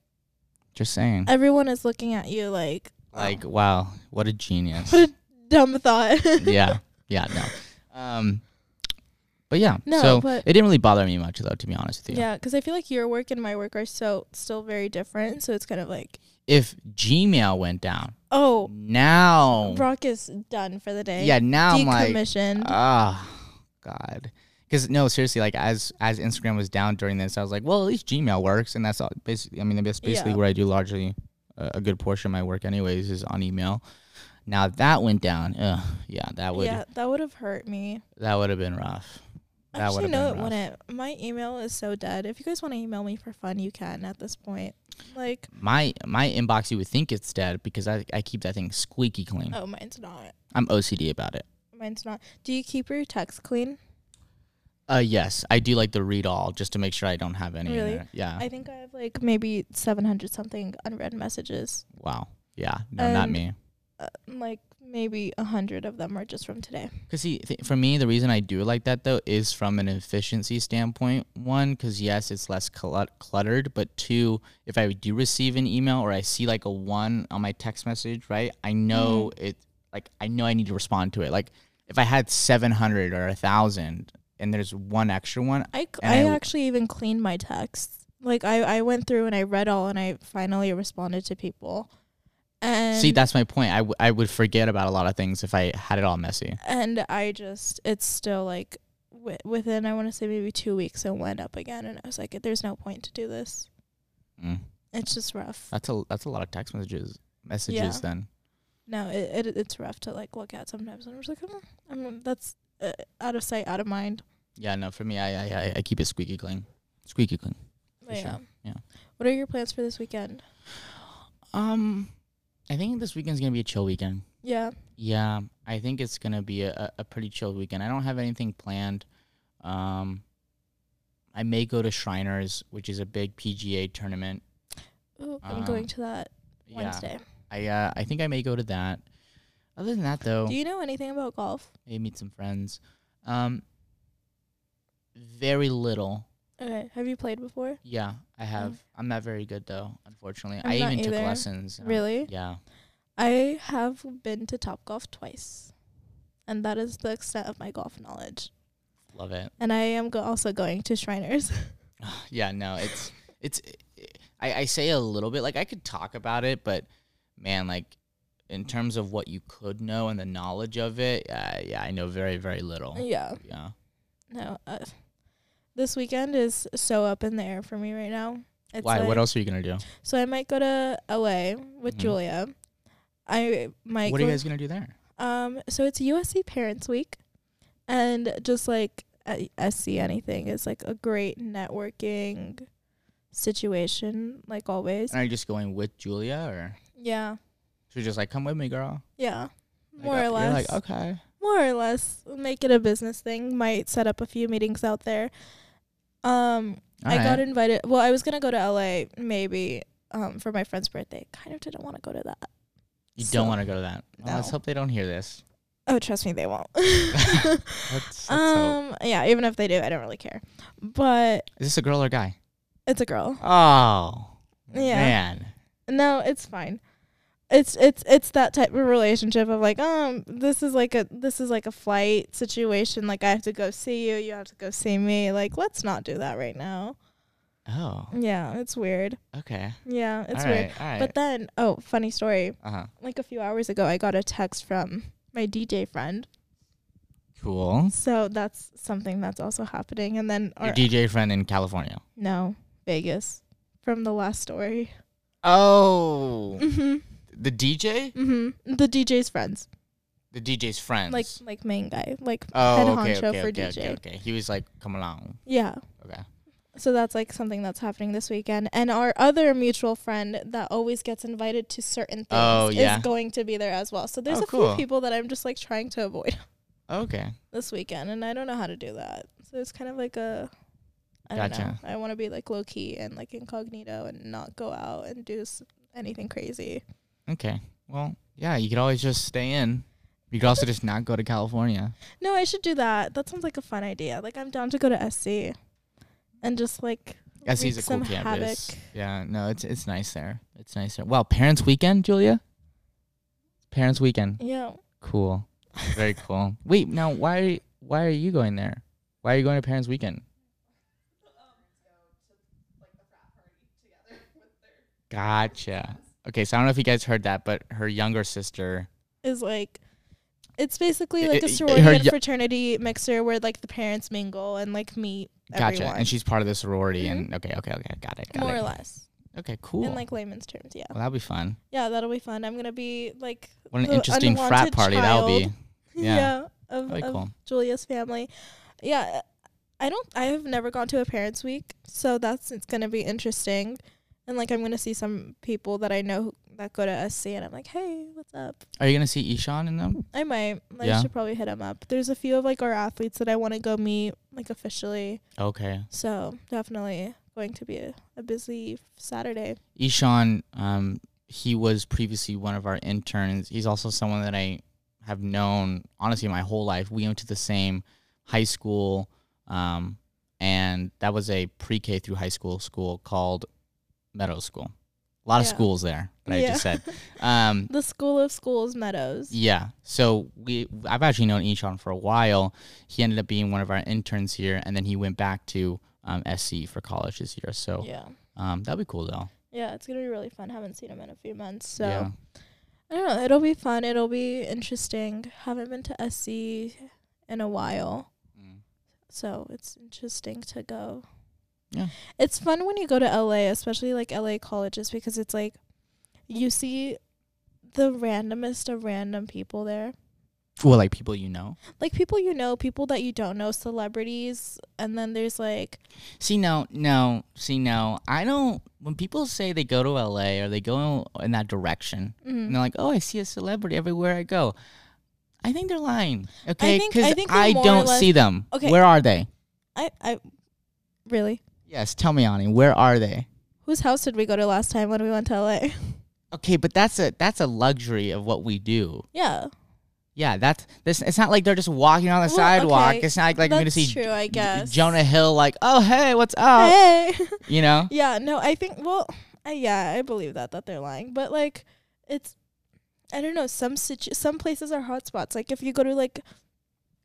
Just saying.
everyone is looking at you like
like, wow, what a genius.
What dumb thought.
[laughs] yeah, yeah, no. Um, but yeah,
No,
so
but-
it didn't really bother me much though, to be honest with
[laughs]
you.
Yeah, because I feel like your work and my work are so still very different. So it's kind of like,
If Gmail went down
oh,
now,
Brock is done for the day.
yeah, now I'm like,
decommissioned.
ah, God. Because no, seriously, like as as Instagram was down during this, I was like, well, at least Gmail works, and that's all, basically. I mean, that's basically
Yeah.
where I do largely uh, a good portion of my work, anyways, is on email. Now that went down, ugh, yeah, that would
yeah, that would have hurt me.
that would have been rough. That
Actually,
would've
no,
been
it
rough.
wouldn't. My email is so dead. If you guys want to email me for fun, you can at this point. Like,
My my inbox, you would think it's dead because I, I keep that thing squeaky clean.
oh, mine's not.
I'm OCD about it.
Mine's not. Do you keep your text clean?
Uh, yes, I do like the read all just to make sure I don't have any. in
Really?
there. Yeah.
I think I have like maybe 700 something unread messages.
wow. Yeah. No, not
And-
me.
Uh, like, maybe a 100 of them are just from today.
Cause see, th- for me, the reason I do it like that though is from an efficiency standpoint. One, cause yes, it's less clut- cluttered, but two, if I do receive an email or I see like a one on my text message, right? I know
Mm-hmm.
it. Like I know I need to respond to it. Like if I had seven hundred or a thousand, and there's one extra one,
I, c-
And
I
I w-
actually even cleaned my texts. Like I, I went through and I read all and I finally responded to people. And And
See, that's my point. I, w- I would forget about a lot of things if I had it all messy.
and I just it's still like wi within I want to say maybe two weeks it went up again, and I was like, there's no point to do this.
Mm.
It's just rough.
That's a that's a lot of text messages messages
Yeah.
then.
No, it, it it's rough to like look at sometimes. And I'm just like, oh, I'm, that's uh, out of sight, out of mind.
Yeah, no, for me, I I, I- I keep it squeaky clean, squeaky clean.
But
For sure,
yeah.
yeah.
What are your plans for this weekend?
Um, I think this weekend's gonna be a chill weekend.
Yeah.
Yeah, I think it's gonna be a, a- a pretty chill weekend. I don't have anything planned. Um, I may go to Shriners, which is a big PGA tournament.
Ooh, I'm
Um,
going to that
Yeah,
Wednesday.
I uh, I think I may go to that. Other than that, though,
Do you know anything about golf?
may meet some friends. Um, very little.
Okay. Have you played before?
Yeah, I have. I'm not very good though, unfortunately.
Mm. I'm
i
not
even took
either.
lessons. and I-
Really?
Uh, yeah.
I have been to Top Golf twice. And that is the extent of my golf knowledge.
Love it.
And I am go- also going to Shriners.
[sighs] Yeah, no, it's it's I, I say a little bit like I could talk about it, but man, like in terms of what you could know and the knowledge of it, uh, yeah, I know very very little.
[laughs] yeah.
Yeah.
No. Uh, this weekend is so up in the air for me right now. It's
Why?
like-
what else are you gonna do?
So I might go to LA with
Mhm.
Julia. I might.
what are you
go-
guys gonna do there?
Um. So it's USC Parents Week, and just like at SC anything is like a great networking situation, like always.
Are you just going with Julia, or
Yeah.
she's just like, "Come with me, girl"?
Yeah.
Like,
More
uh,
or
you're
less.
like, okay.
more or less make it a business thing might set up a few meetings out there um i got
Alright.
invited well i was gonna go to la maybe um for my friend's birthday kind of didn't want to go to that
You
so-
don't want to go to that. Well, let's
No.
hope they don't hear this.
oh trust me they won't [laughs]
Let's, let's hope.
um yeah even if they do i don't really care but
Is this a girl or guy?
it's a girl
Oh,
Yeah.
man.
no it's fine it's it's it's that type of relationship of like um this is like a this is like a flight situation like i have to go see you you have to go see me like let's not do that right now
Oh,
yeah it's weird
okay.
Yeah, it's
all
weird.
right, all right.
But then, oh, funny story.
uh huh.
Like a few hours ago, I got a text from my DJ friend.
Cool.
So that's something that's also happening. And then,
Your
or,
DJ friend in California.
no, Vegas from the last story.
Oh,
Mm
the DJ,
hmm. Mm hmm. The DJ's friends.
the DJ's friends.
Like, like main guy. Like head
oh, okay,
honcho
okay,
for
okay,
DJ.
okay, okay. He was like, "Come along."
Yeah.
Okay.
So that's like something that's happening this weekend. And our other mutual friend that always gets invited to certain things
Oh, yeah.
is going to be there as well. So there's
Oh,
a
cool.
few people that I'm just like trying to avoid.
Okay.
this weekend and I don't know how to do that. So it's kind of like a I don't know.
Gotcha.
I want to be like low key and like incognito and not go out and do s- anything crazy.
Okay. Well, yeah. You could always just stay in. You could also just not go to California.
No, I should do that. That sounds like a fun idea. Like I'm down to go to SC and just like
SC's a
wreak
cool
some
campus.
havoc.
Yeah, no, it's it's nice there. It's nice there. Wow, parents' weekend, Julia. Parents' weekend.
Yeah.
Cool.
[laughs]
Very cool. Wait, now why why are you going there? Why are you going to parents'
Um,
weekend?
[laughs]
Gotcha. Okay, so I don't know if you guys heard that, but her younger sister.
Is like it's basically
I-
like
I-
a
I-
sorority
her
and
yo-
fraternity mixer where like the parents mingle and like meet
Gotcha,
everyone. Mm-hmm.
and she's part of the sorority. And okay, okay, okay, got it, got
more
it.
or less.
Okay, cool.
In like layman's terms, yeah.
well, that'll be fun.
Yeah, that'll be fun. I'm gonna be like [laughs]
What an
the
interesting frat
unwanted
party that'll be.
child.
Yeah.
of,
That'd be
of
cool.
Julia's family. Yeah, I don't. I have never gone to a parents' week, so that's it's gonna be interesting. And like, I'm gonna see some people that I know who- that go to SC, and I'm like, hey, what's up?
Are you gonna see Ishan in them?
I might. I
Yeah.
should probably hit them up. There's a few of like our athletes that I want to go meet, like officially.
Okay.
So definitely going to be a, a busy Saturday.
Ishan, um, he was previously one of our interns. He's also someone that I have known honestly my whole life. We went to the same high school, um, and that was a pre-K through high school school called Meadow School. A lot of
Yeah.
schools there that I just
Yeah.
said. Um,
The school of schools, Meadows.
yeah. So we I've actually known Ishan for a while. He ended up being one of our interns here, and then he went back to um, SC for college this year. So
Yeah.
um, that'll be cool though.
Yeah, it's gonna be really fun. Haven't seen him in a few months, so
yeah.
I don't know. It'll be fun. It'll be interesting. Haven't been to SC in a while,
Mm.
so it's interesting to go.
Yeah.
It's fun when you go to LA, especially like LA colleges, because it's like you see the randomest of random people there.
Well, like people you know.
Like people you know, people that you don't know, celebrities, and then there's like
See, no, no, see, no. I don't. When people say they go to LA or they go in that direction,
mm,
and they're like, "Oh, I see a celebrity everywhere I go," I think they're lying. Okay,
think-
because
I
I,
think they're more or
don't
less-
see them.
Okay.
where are they?
I I really
Yes, tell me, Ani, where are they?
whose house did we go to last time when we went to LA?
Okay, but that's a that's a luxury of what we do.
[laughs] yeah,
Yeah, that's this. It's not like they're just walking on the
Well,
sidewalk.
okay,
It's not like, like I'm gonna
that's
see
true. I
J-
guess
Jonah Hill like, "Oh, hey, what's
[laughs]
up?"
Hey.
You know?
Yeah, no, I think well, I, yeah, I believe that that they're lying, but like it's I don't know, some situ- some places are hotspots. Like if you go to like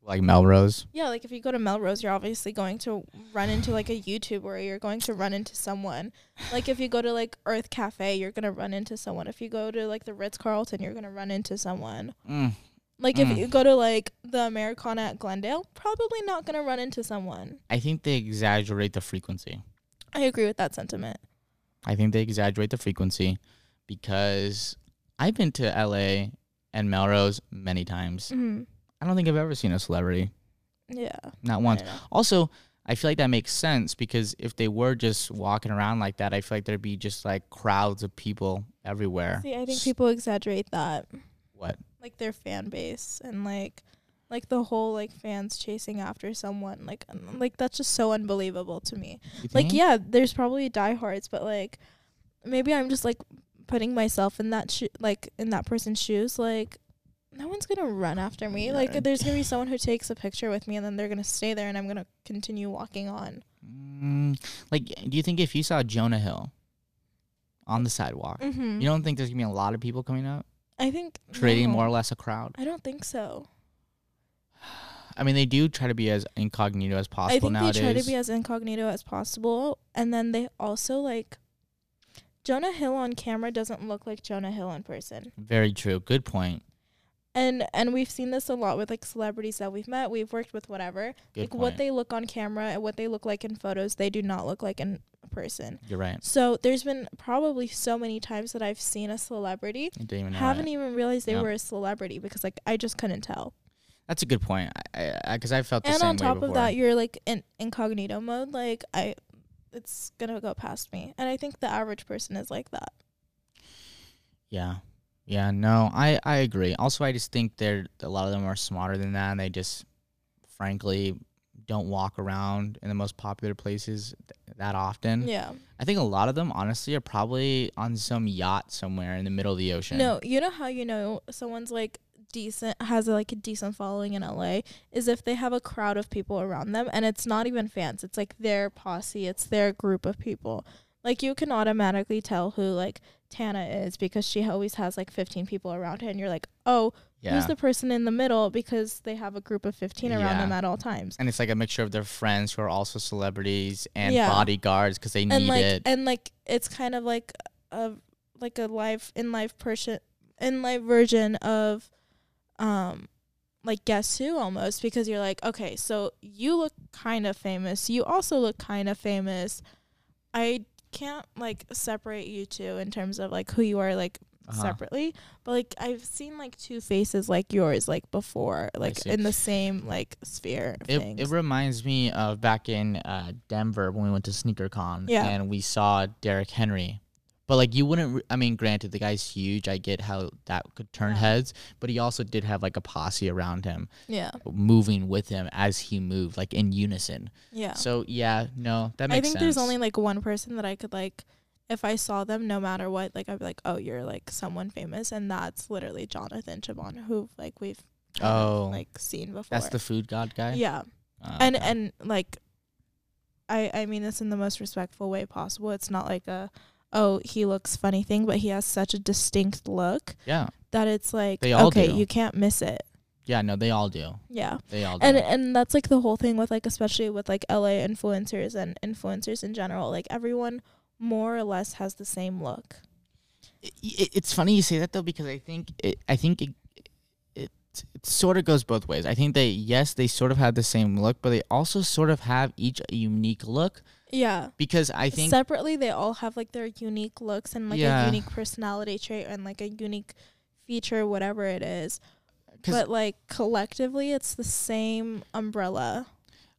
Like Melrose.
yeah, like if you go to Melrose, you're obviously going to run into like a YouTuber, or you're going to run into someone. Like if you go to like Earth Cafe, you're going to run into someone. If you go to like the Ritz-Carlton, you're going to run into someone.
Mm.
Like if
Mm.
you go to like the Americana at Glendale, probably not going to run into someone.
I think they exaggerate the frequency.
I agree with that sentiment.
I think they exaggerate the frequency because I've been to LA and Melrose many times.
Mhm.
I don't think I've ever seen a celebrity,
Yeah.
not
I
once.
don't know.
Also, I feel like that makes sense because if they were just walking around like that, I feel like there'd be just like crowds of people everywhere.
See, I think
S-
people exaggerate that.
What?
Like their fan base and like like the whole like fans chasing after someone like um, like that's just so unbelievable to me.
You
Like
think?
yeah, there's probably diehards, but like maybe I'm just like putting myself in that sho- like in that person's shoes like no one's going to run after me. Like
Right.
there's going to be someone who takes a picture with me and then they're going to stay there and I'm going to continue walking on.
Mm, like, do you think if you saw Jonah Hill on the sidewalk,
Mhm.
you don't think there's gonna be a lot of people coming up,
I think
creating
no.
more or less a crowd?
I don't think so.
I mean, they do try to be as incognito as possible
I think
nowadays.
they try to be as incognito as possible, and then they also like Jonah Hill on camera doesn't look like Jonah Hill in person,
Very true. Good point.
and and we've seen this a lot with like celebrities that we've met, we've worked with, whatever.
Good
like
point.
what they look on camera and what they look like in photos, they do not look like in person.
You're right.
So there's been probably so many times that I've seen a celebrity,
I didn't even know
haven't
it.
even realized they
Yeah.
were a celebrity because like I just couldn't tell.
That's a good point. I I, because I felt the
and
same
on top of
way before.
that you're like in incognito mode like i it's gonna go past me and i think the average person is like that
yeah. Yeah. No, I I agree. Also, I just think they're a lot of them are smarter than that, and they just frankly don't walk around in the most popular places th- that often.
yeah
I think a lot of them honestly are probably on some yacht somewhere in the middle of the ocean.
no you know how you know someone's like decent has like a decent following in la is if they have a crowd of people around them and it's not even fans it's like their posse it's their group of people like you can automatically tell who like tana is because she always has like 15 people around her and you're like oh
Yeah.
who's the person in the middle because they have a group of 15 around
Yeah.
them at all times
and it's like a mixture of their friends who are also celebrities and
Yeah.
bodyguards because they need
and like
it.
and like it's kind of like a like a live in live person in live version of um like guess who almost because you're like okay so you look kind of famous you also look kind of famous i can't like separate you two in terms of like who you are like
Uh-huh.
separately but like i've seen like two faces like yours like before like
see.
in the same like sphere of
It,
things.
it reminds me of back in uh, Denver when we went to SneakerCon
Yeah.
and we saw Derrick Henry. But like you wouldn't, re- I mean, granted the guy's huge. I get how that could turn
Yeah.
heads, but he also did have like a posse around him,
yeah
moving with him as he moved, like in unison.
yeah
So yeah, no, that makes
I think
sense.
there's only like one person that I could like if I saw them no matter what, like I'd be like, Oh, you're like someone famous and that's literally Jonathan Chabon who like we've kind of,
Oh.
like seen before.
that's the food god guy.
Yeah.
Oh,
And
okay.
and like I I mean this in the most respectful way possible. It's not like a oh, he looks funny thing, but he has such a distinct look
yeah,
that it's like
They all
okay,
do.
you can't miss it.
yeah, no, they all do.
Yeah.
They all do.
and and that's like the whole thing with like especially with like LA influencers and influencers in general like everyone more or less has the same look
it, it's funny you say that though because I think it, I think it, it it sort of goes both ways. I think they yes they sort of have the same look, but they also sort of have each a unique look
Yeah.
because I think
Separately, they all have like their unique looks and like
Yeah.
a unique personality trait and like a unique feature, whatever it is.
'Cause-
But like collectively, it's the same umbrella.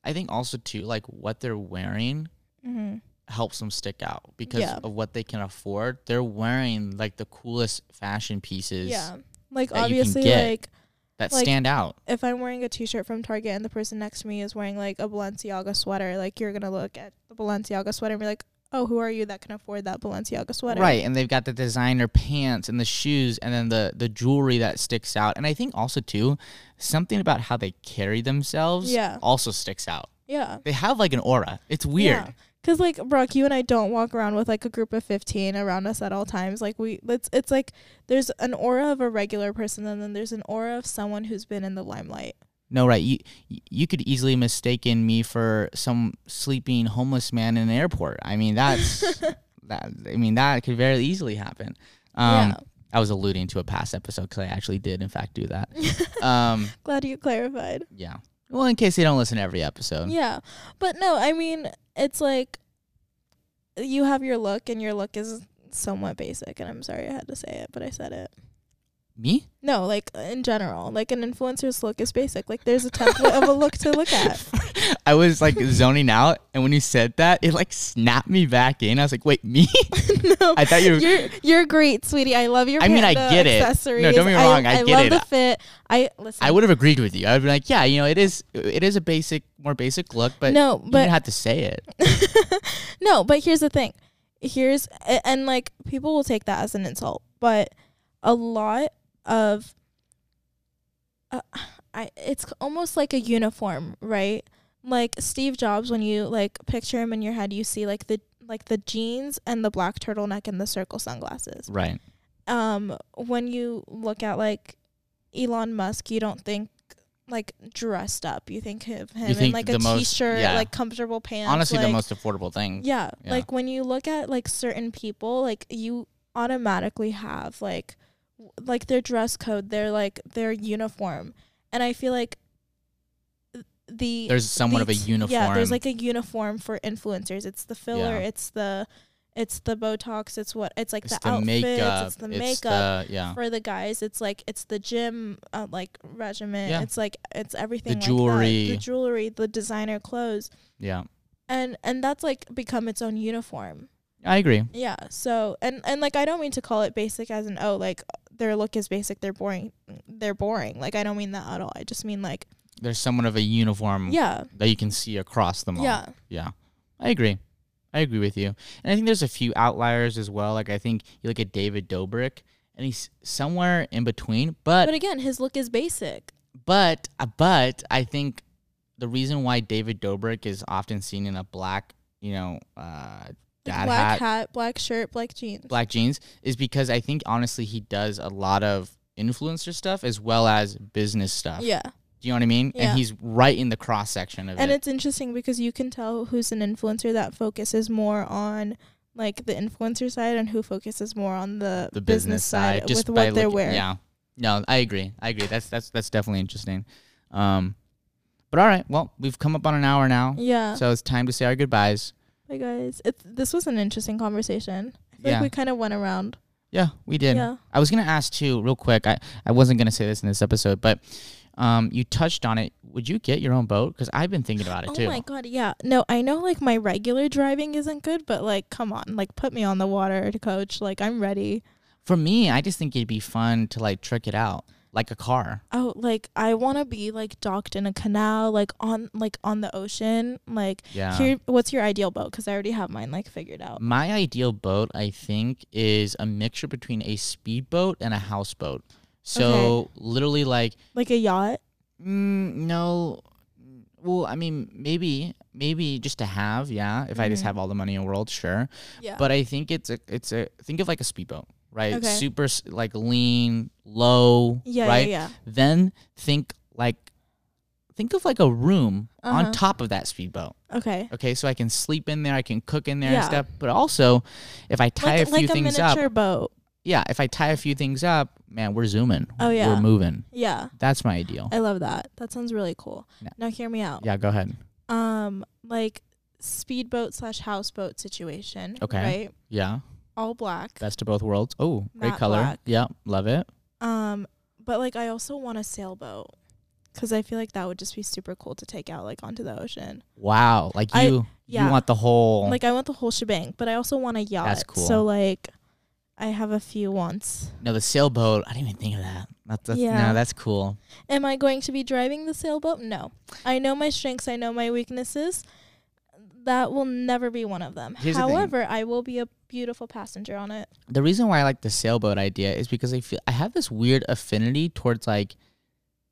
I think also too like what they're wearing
Mm-hmm.
helps them stick out because
Yeah.
of what they can afford. They're wearing like the coolest fashion pieces
Yeah. Like
that you can
obviously,
get.
like
that
Like-
stand out.
if I'm wearing a T-shirt from Target and the person next to me is wearing like a Balenciaga sweater, like you're gonna look at the Balenciaga sweater and be like, "Oh, who are you that can afford that Balenciaga sweater?"
Right, and they've got the designer pants and the shoes and then the the jewelry that sticks out. And I think also too, something about how they carry themselves
Yeah.
also sticks out.
Yeah.
They have like an aura. It's weird.
Yeah. Cause like Brock, you and I don't walk around with like a group of fifteen around us at all times. Like we, it's it's like there's an aura of a regular person, and then there's an aura of someone who's been in the limelight.
No, right. You you could easily mistaken me for some sleeping homeless man in an airport. I mean, that's
[laughs]
that I mean, that could very easily happen. Um
Yeah.
I was alluding to a past episode cuz I actually did in fact do that. um
[laughs] Glad you clarified.
yeah. Well, in case they don't listen to every episode.
Yeah, but no, I mean it's like you have your look, and your look is somewhat basic. And I'm sorry I had to say it, but I said it.
Me?
No, like in general, like an influencer's look is basic. Like there's a template of a look to look
[laughs]
at.
I was
[laughs]
like zoning out, and when you said that, it like snapped me back in. I was like, "Wait, me?"
[laughs] no,
I thought you were-
you're you're great, sweetie. I love your.
I mean, I
panda
get it.
accessories.
No, don't get me wrong, I
I,
get
love
it.
the fit. I listen.
I would have agreed with you. I'd be like, "Yeah, you know, it is. It is a basic, more basic look, but
no,
you didn't
but
have to say it."
[laughs] no, but here's the thing. Here's a- and like people will take that as an insult, but a lot of uh, I it's almost like a uniform, right? Like Steve Jobs when you like picture him in your head, you see like the like the jeans and the black turtleneck and the circle sunglasses.
Right.
um when you look at like Elon Musk, you don't think like dressed up. You think of him in
think
like a
the most-
shirt
yeah.
like comfortable pants.
Honestly, the
like-
most affordable thing.
yeah,
yeah.
Like when you look at like certain people, like you automatically have like w- like their dress code, their like their uniform. And I feel like th- the
There's somewhat
the
of a
t-
uniform.
Yeah, there's like a uniform for influencers. It's the filler, it's the it's the Botox, it's what it's like
It's
the, outfits,
makeup.
it's the makeup
the- yeah.
for the guys it's like it's the gym uh, like regimen
Yeah.
it's like it's everything like that.
jewelry.
the jewelry the designer clothes
Yeah.
and and that's like become its own uniform
I agree.
yeah so and and like i don't mean to call it basic as an oh like their look is basic they're boring they're boring like i don't mean that at all i just mean like
There's somewhat of a uniform
yeah
that you can see across them all.
yeah
Yeah, I agree. I agree with you. And I think there's a few outliers as well. Like I think you look at David Dobrik, and he's somewhere in between. But
but again his look is basic
but uh, but I think the reason why David Dobrik is often seen in a black, you know, uh,
like
dad
black
hat,
hat. black shirt black jeans
black jeans, is because I think honestly he does a lot of influencer stuff as well as business stuff.
yeah
Do you know what I mean?
Yeah.
And he's right in the cross section of
And
it.
it's interesting because you can tell who's an influencer that focuses more on like the influencer side and who focuses more on the,
the business side, just
with
by
what they're
looking-
wearing.
Yeah, no, I agree. I agree. That's that's that's definitely interesting. Um, but all right, well, we've come up on an hour now,
Yeah.
so it's time to say our goodbyes.
Hey guys, it's this was an interesting conversation. I feel
Yeah.
like we kind of went around.
Yeah, we did.
Yeah.
I was gonna ask too, real quick. I I wasn't gonna say this in this episode, but um, you touched on it. Would you get your own boat? Because I've been thinking about it
Oh
too.
my god, yeah. No, I know like my regular driving isn't good, but like come on, like put me on the water to coach. Like I'm ready.
For me, I just think it'd be fun to like trick it out like a car.
Oh, like I want to be like docked in a canal, like on like on the ocean. Like
Yeah. Mm.
here, what's your ideal boat? Because I already have mine like figured out.
My ideal boat, I think, is a mixture between a speedboat and a houseboat. So literally, like
Like a yacht?
Mm, no. Well, I mean, maybe, maybe just to have, yeah. If I just
Mhm.
have all the money in the world, sure.
Yeah.
But I think it's a, it's a. Think of like a speedboat, right?
Okay.
Super s- like lean, low,
yeah,
right?
yeah,
Then think like, think of like a room
Uh-huh.
on top of that speedboat.
yeah. Okay.
Okay, so I can sleep in there, I can cook in there
Yeah.
and stuff. But also, if I tie
Like,
a few
like a
things
miniature
up,
boat.
yeah, if I tie a few things up, man, we're zooming.
Oh, yeah.
We're moving.
Yeah.
That's my ideal.
I love that. That sounds really cool.
Yeah.
Now hear me out.
yeah, go ahead.
Um, like speedboat slash houseboat situation.
Okay.
Right.
Yeah.
All black.
Best of both worlds. Oh, great
Matte
color.
black.
Yeah, love it.
Um, but like I also want a sailboat because I feel like that would just be super cool to take out like onto the ocean.
Wow. Like
I-
you
yeah.
you want the whole
Like I want the whole shebang, but I also want a yacht.
cool.
So like, I have a few wants.
No, the sailboat. I didn't even think of that. That's, that's
Yeah.
no, that's cool.
Am I going to be driving the sailboat? No. I know my strengths. I know my weaknesses. That will never be one of them.
Here's the thing.
However, I will be a beautiful passenger on it.
The reason why I like the sailboat idea is because I feel I have this weird affinity towards like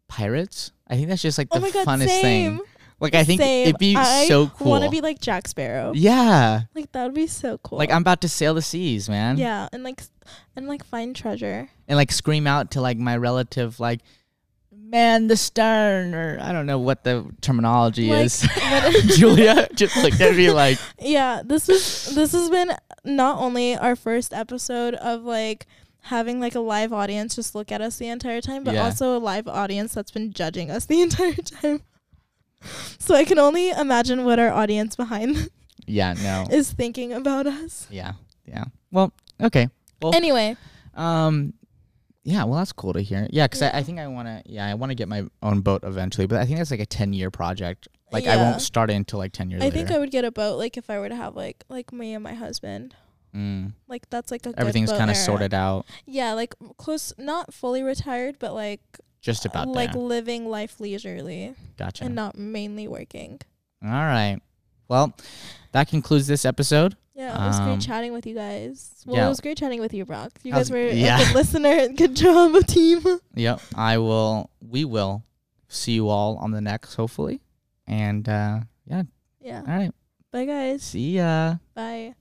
pirates. I think that's just like
oh
the
my god,
funnest
same.
thing. Like I think
same.
it'd be
I
so cool.
want to be like Jack Sparrow.
yeah.
Like that would be so Oh. cool.
Like I'm about to sail the seas, man.
yeah, and like s- and like find treasure.
And like scream out to like my relative like man the stern or I don't know what the terminology
Like, [laughs]
is. [laughs]
what-
Julia just like that'd be like
Yeah, this is this has been not only our first episode of like having like a live audience just look at us the entire time, but
Yeah.
also a live audience that's been judging us the [laughs] entire time. So I can only imagine what our audience behind [laughs]
yeah, no.
is thinking about us.
Yeah. Yeah. Well, okay. Well,
Anyway,
Um, yeah, well, that's cool to hear. Yeah, because I, I think I want to. Yeah, I want to get my own boat eventually, but I think that's like a ten-year project. Like I
Yeah.
won't start it until like ten years.
I
later.
think I would get a boat like if I were to have like like me and my husband.
mm,
Like that's like a good
everything's
boat
kind of
era.
sorted out,
Yeah, like close, not fully retired, but like uh,
just about
like
there.
living life leisurely
Gotcha.
and not mainly working.
All right. Well, that concludes this episode.
Yeah, it was
Um,
great chatting with you guys. Well,
yeah.
it was great chatting with you, Brock. You
How's-
guys were
yeah.
a
[laughs]
good listener. Good job, [laughs] team.
Yep. I will. We will see you all on the next, hopefully. And uh, yeah.
Yeah.
All right.
Bye, guys.
See ya.
Bye.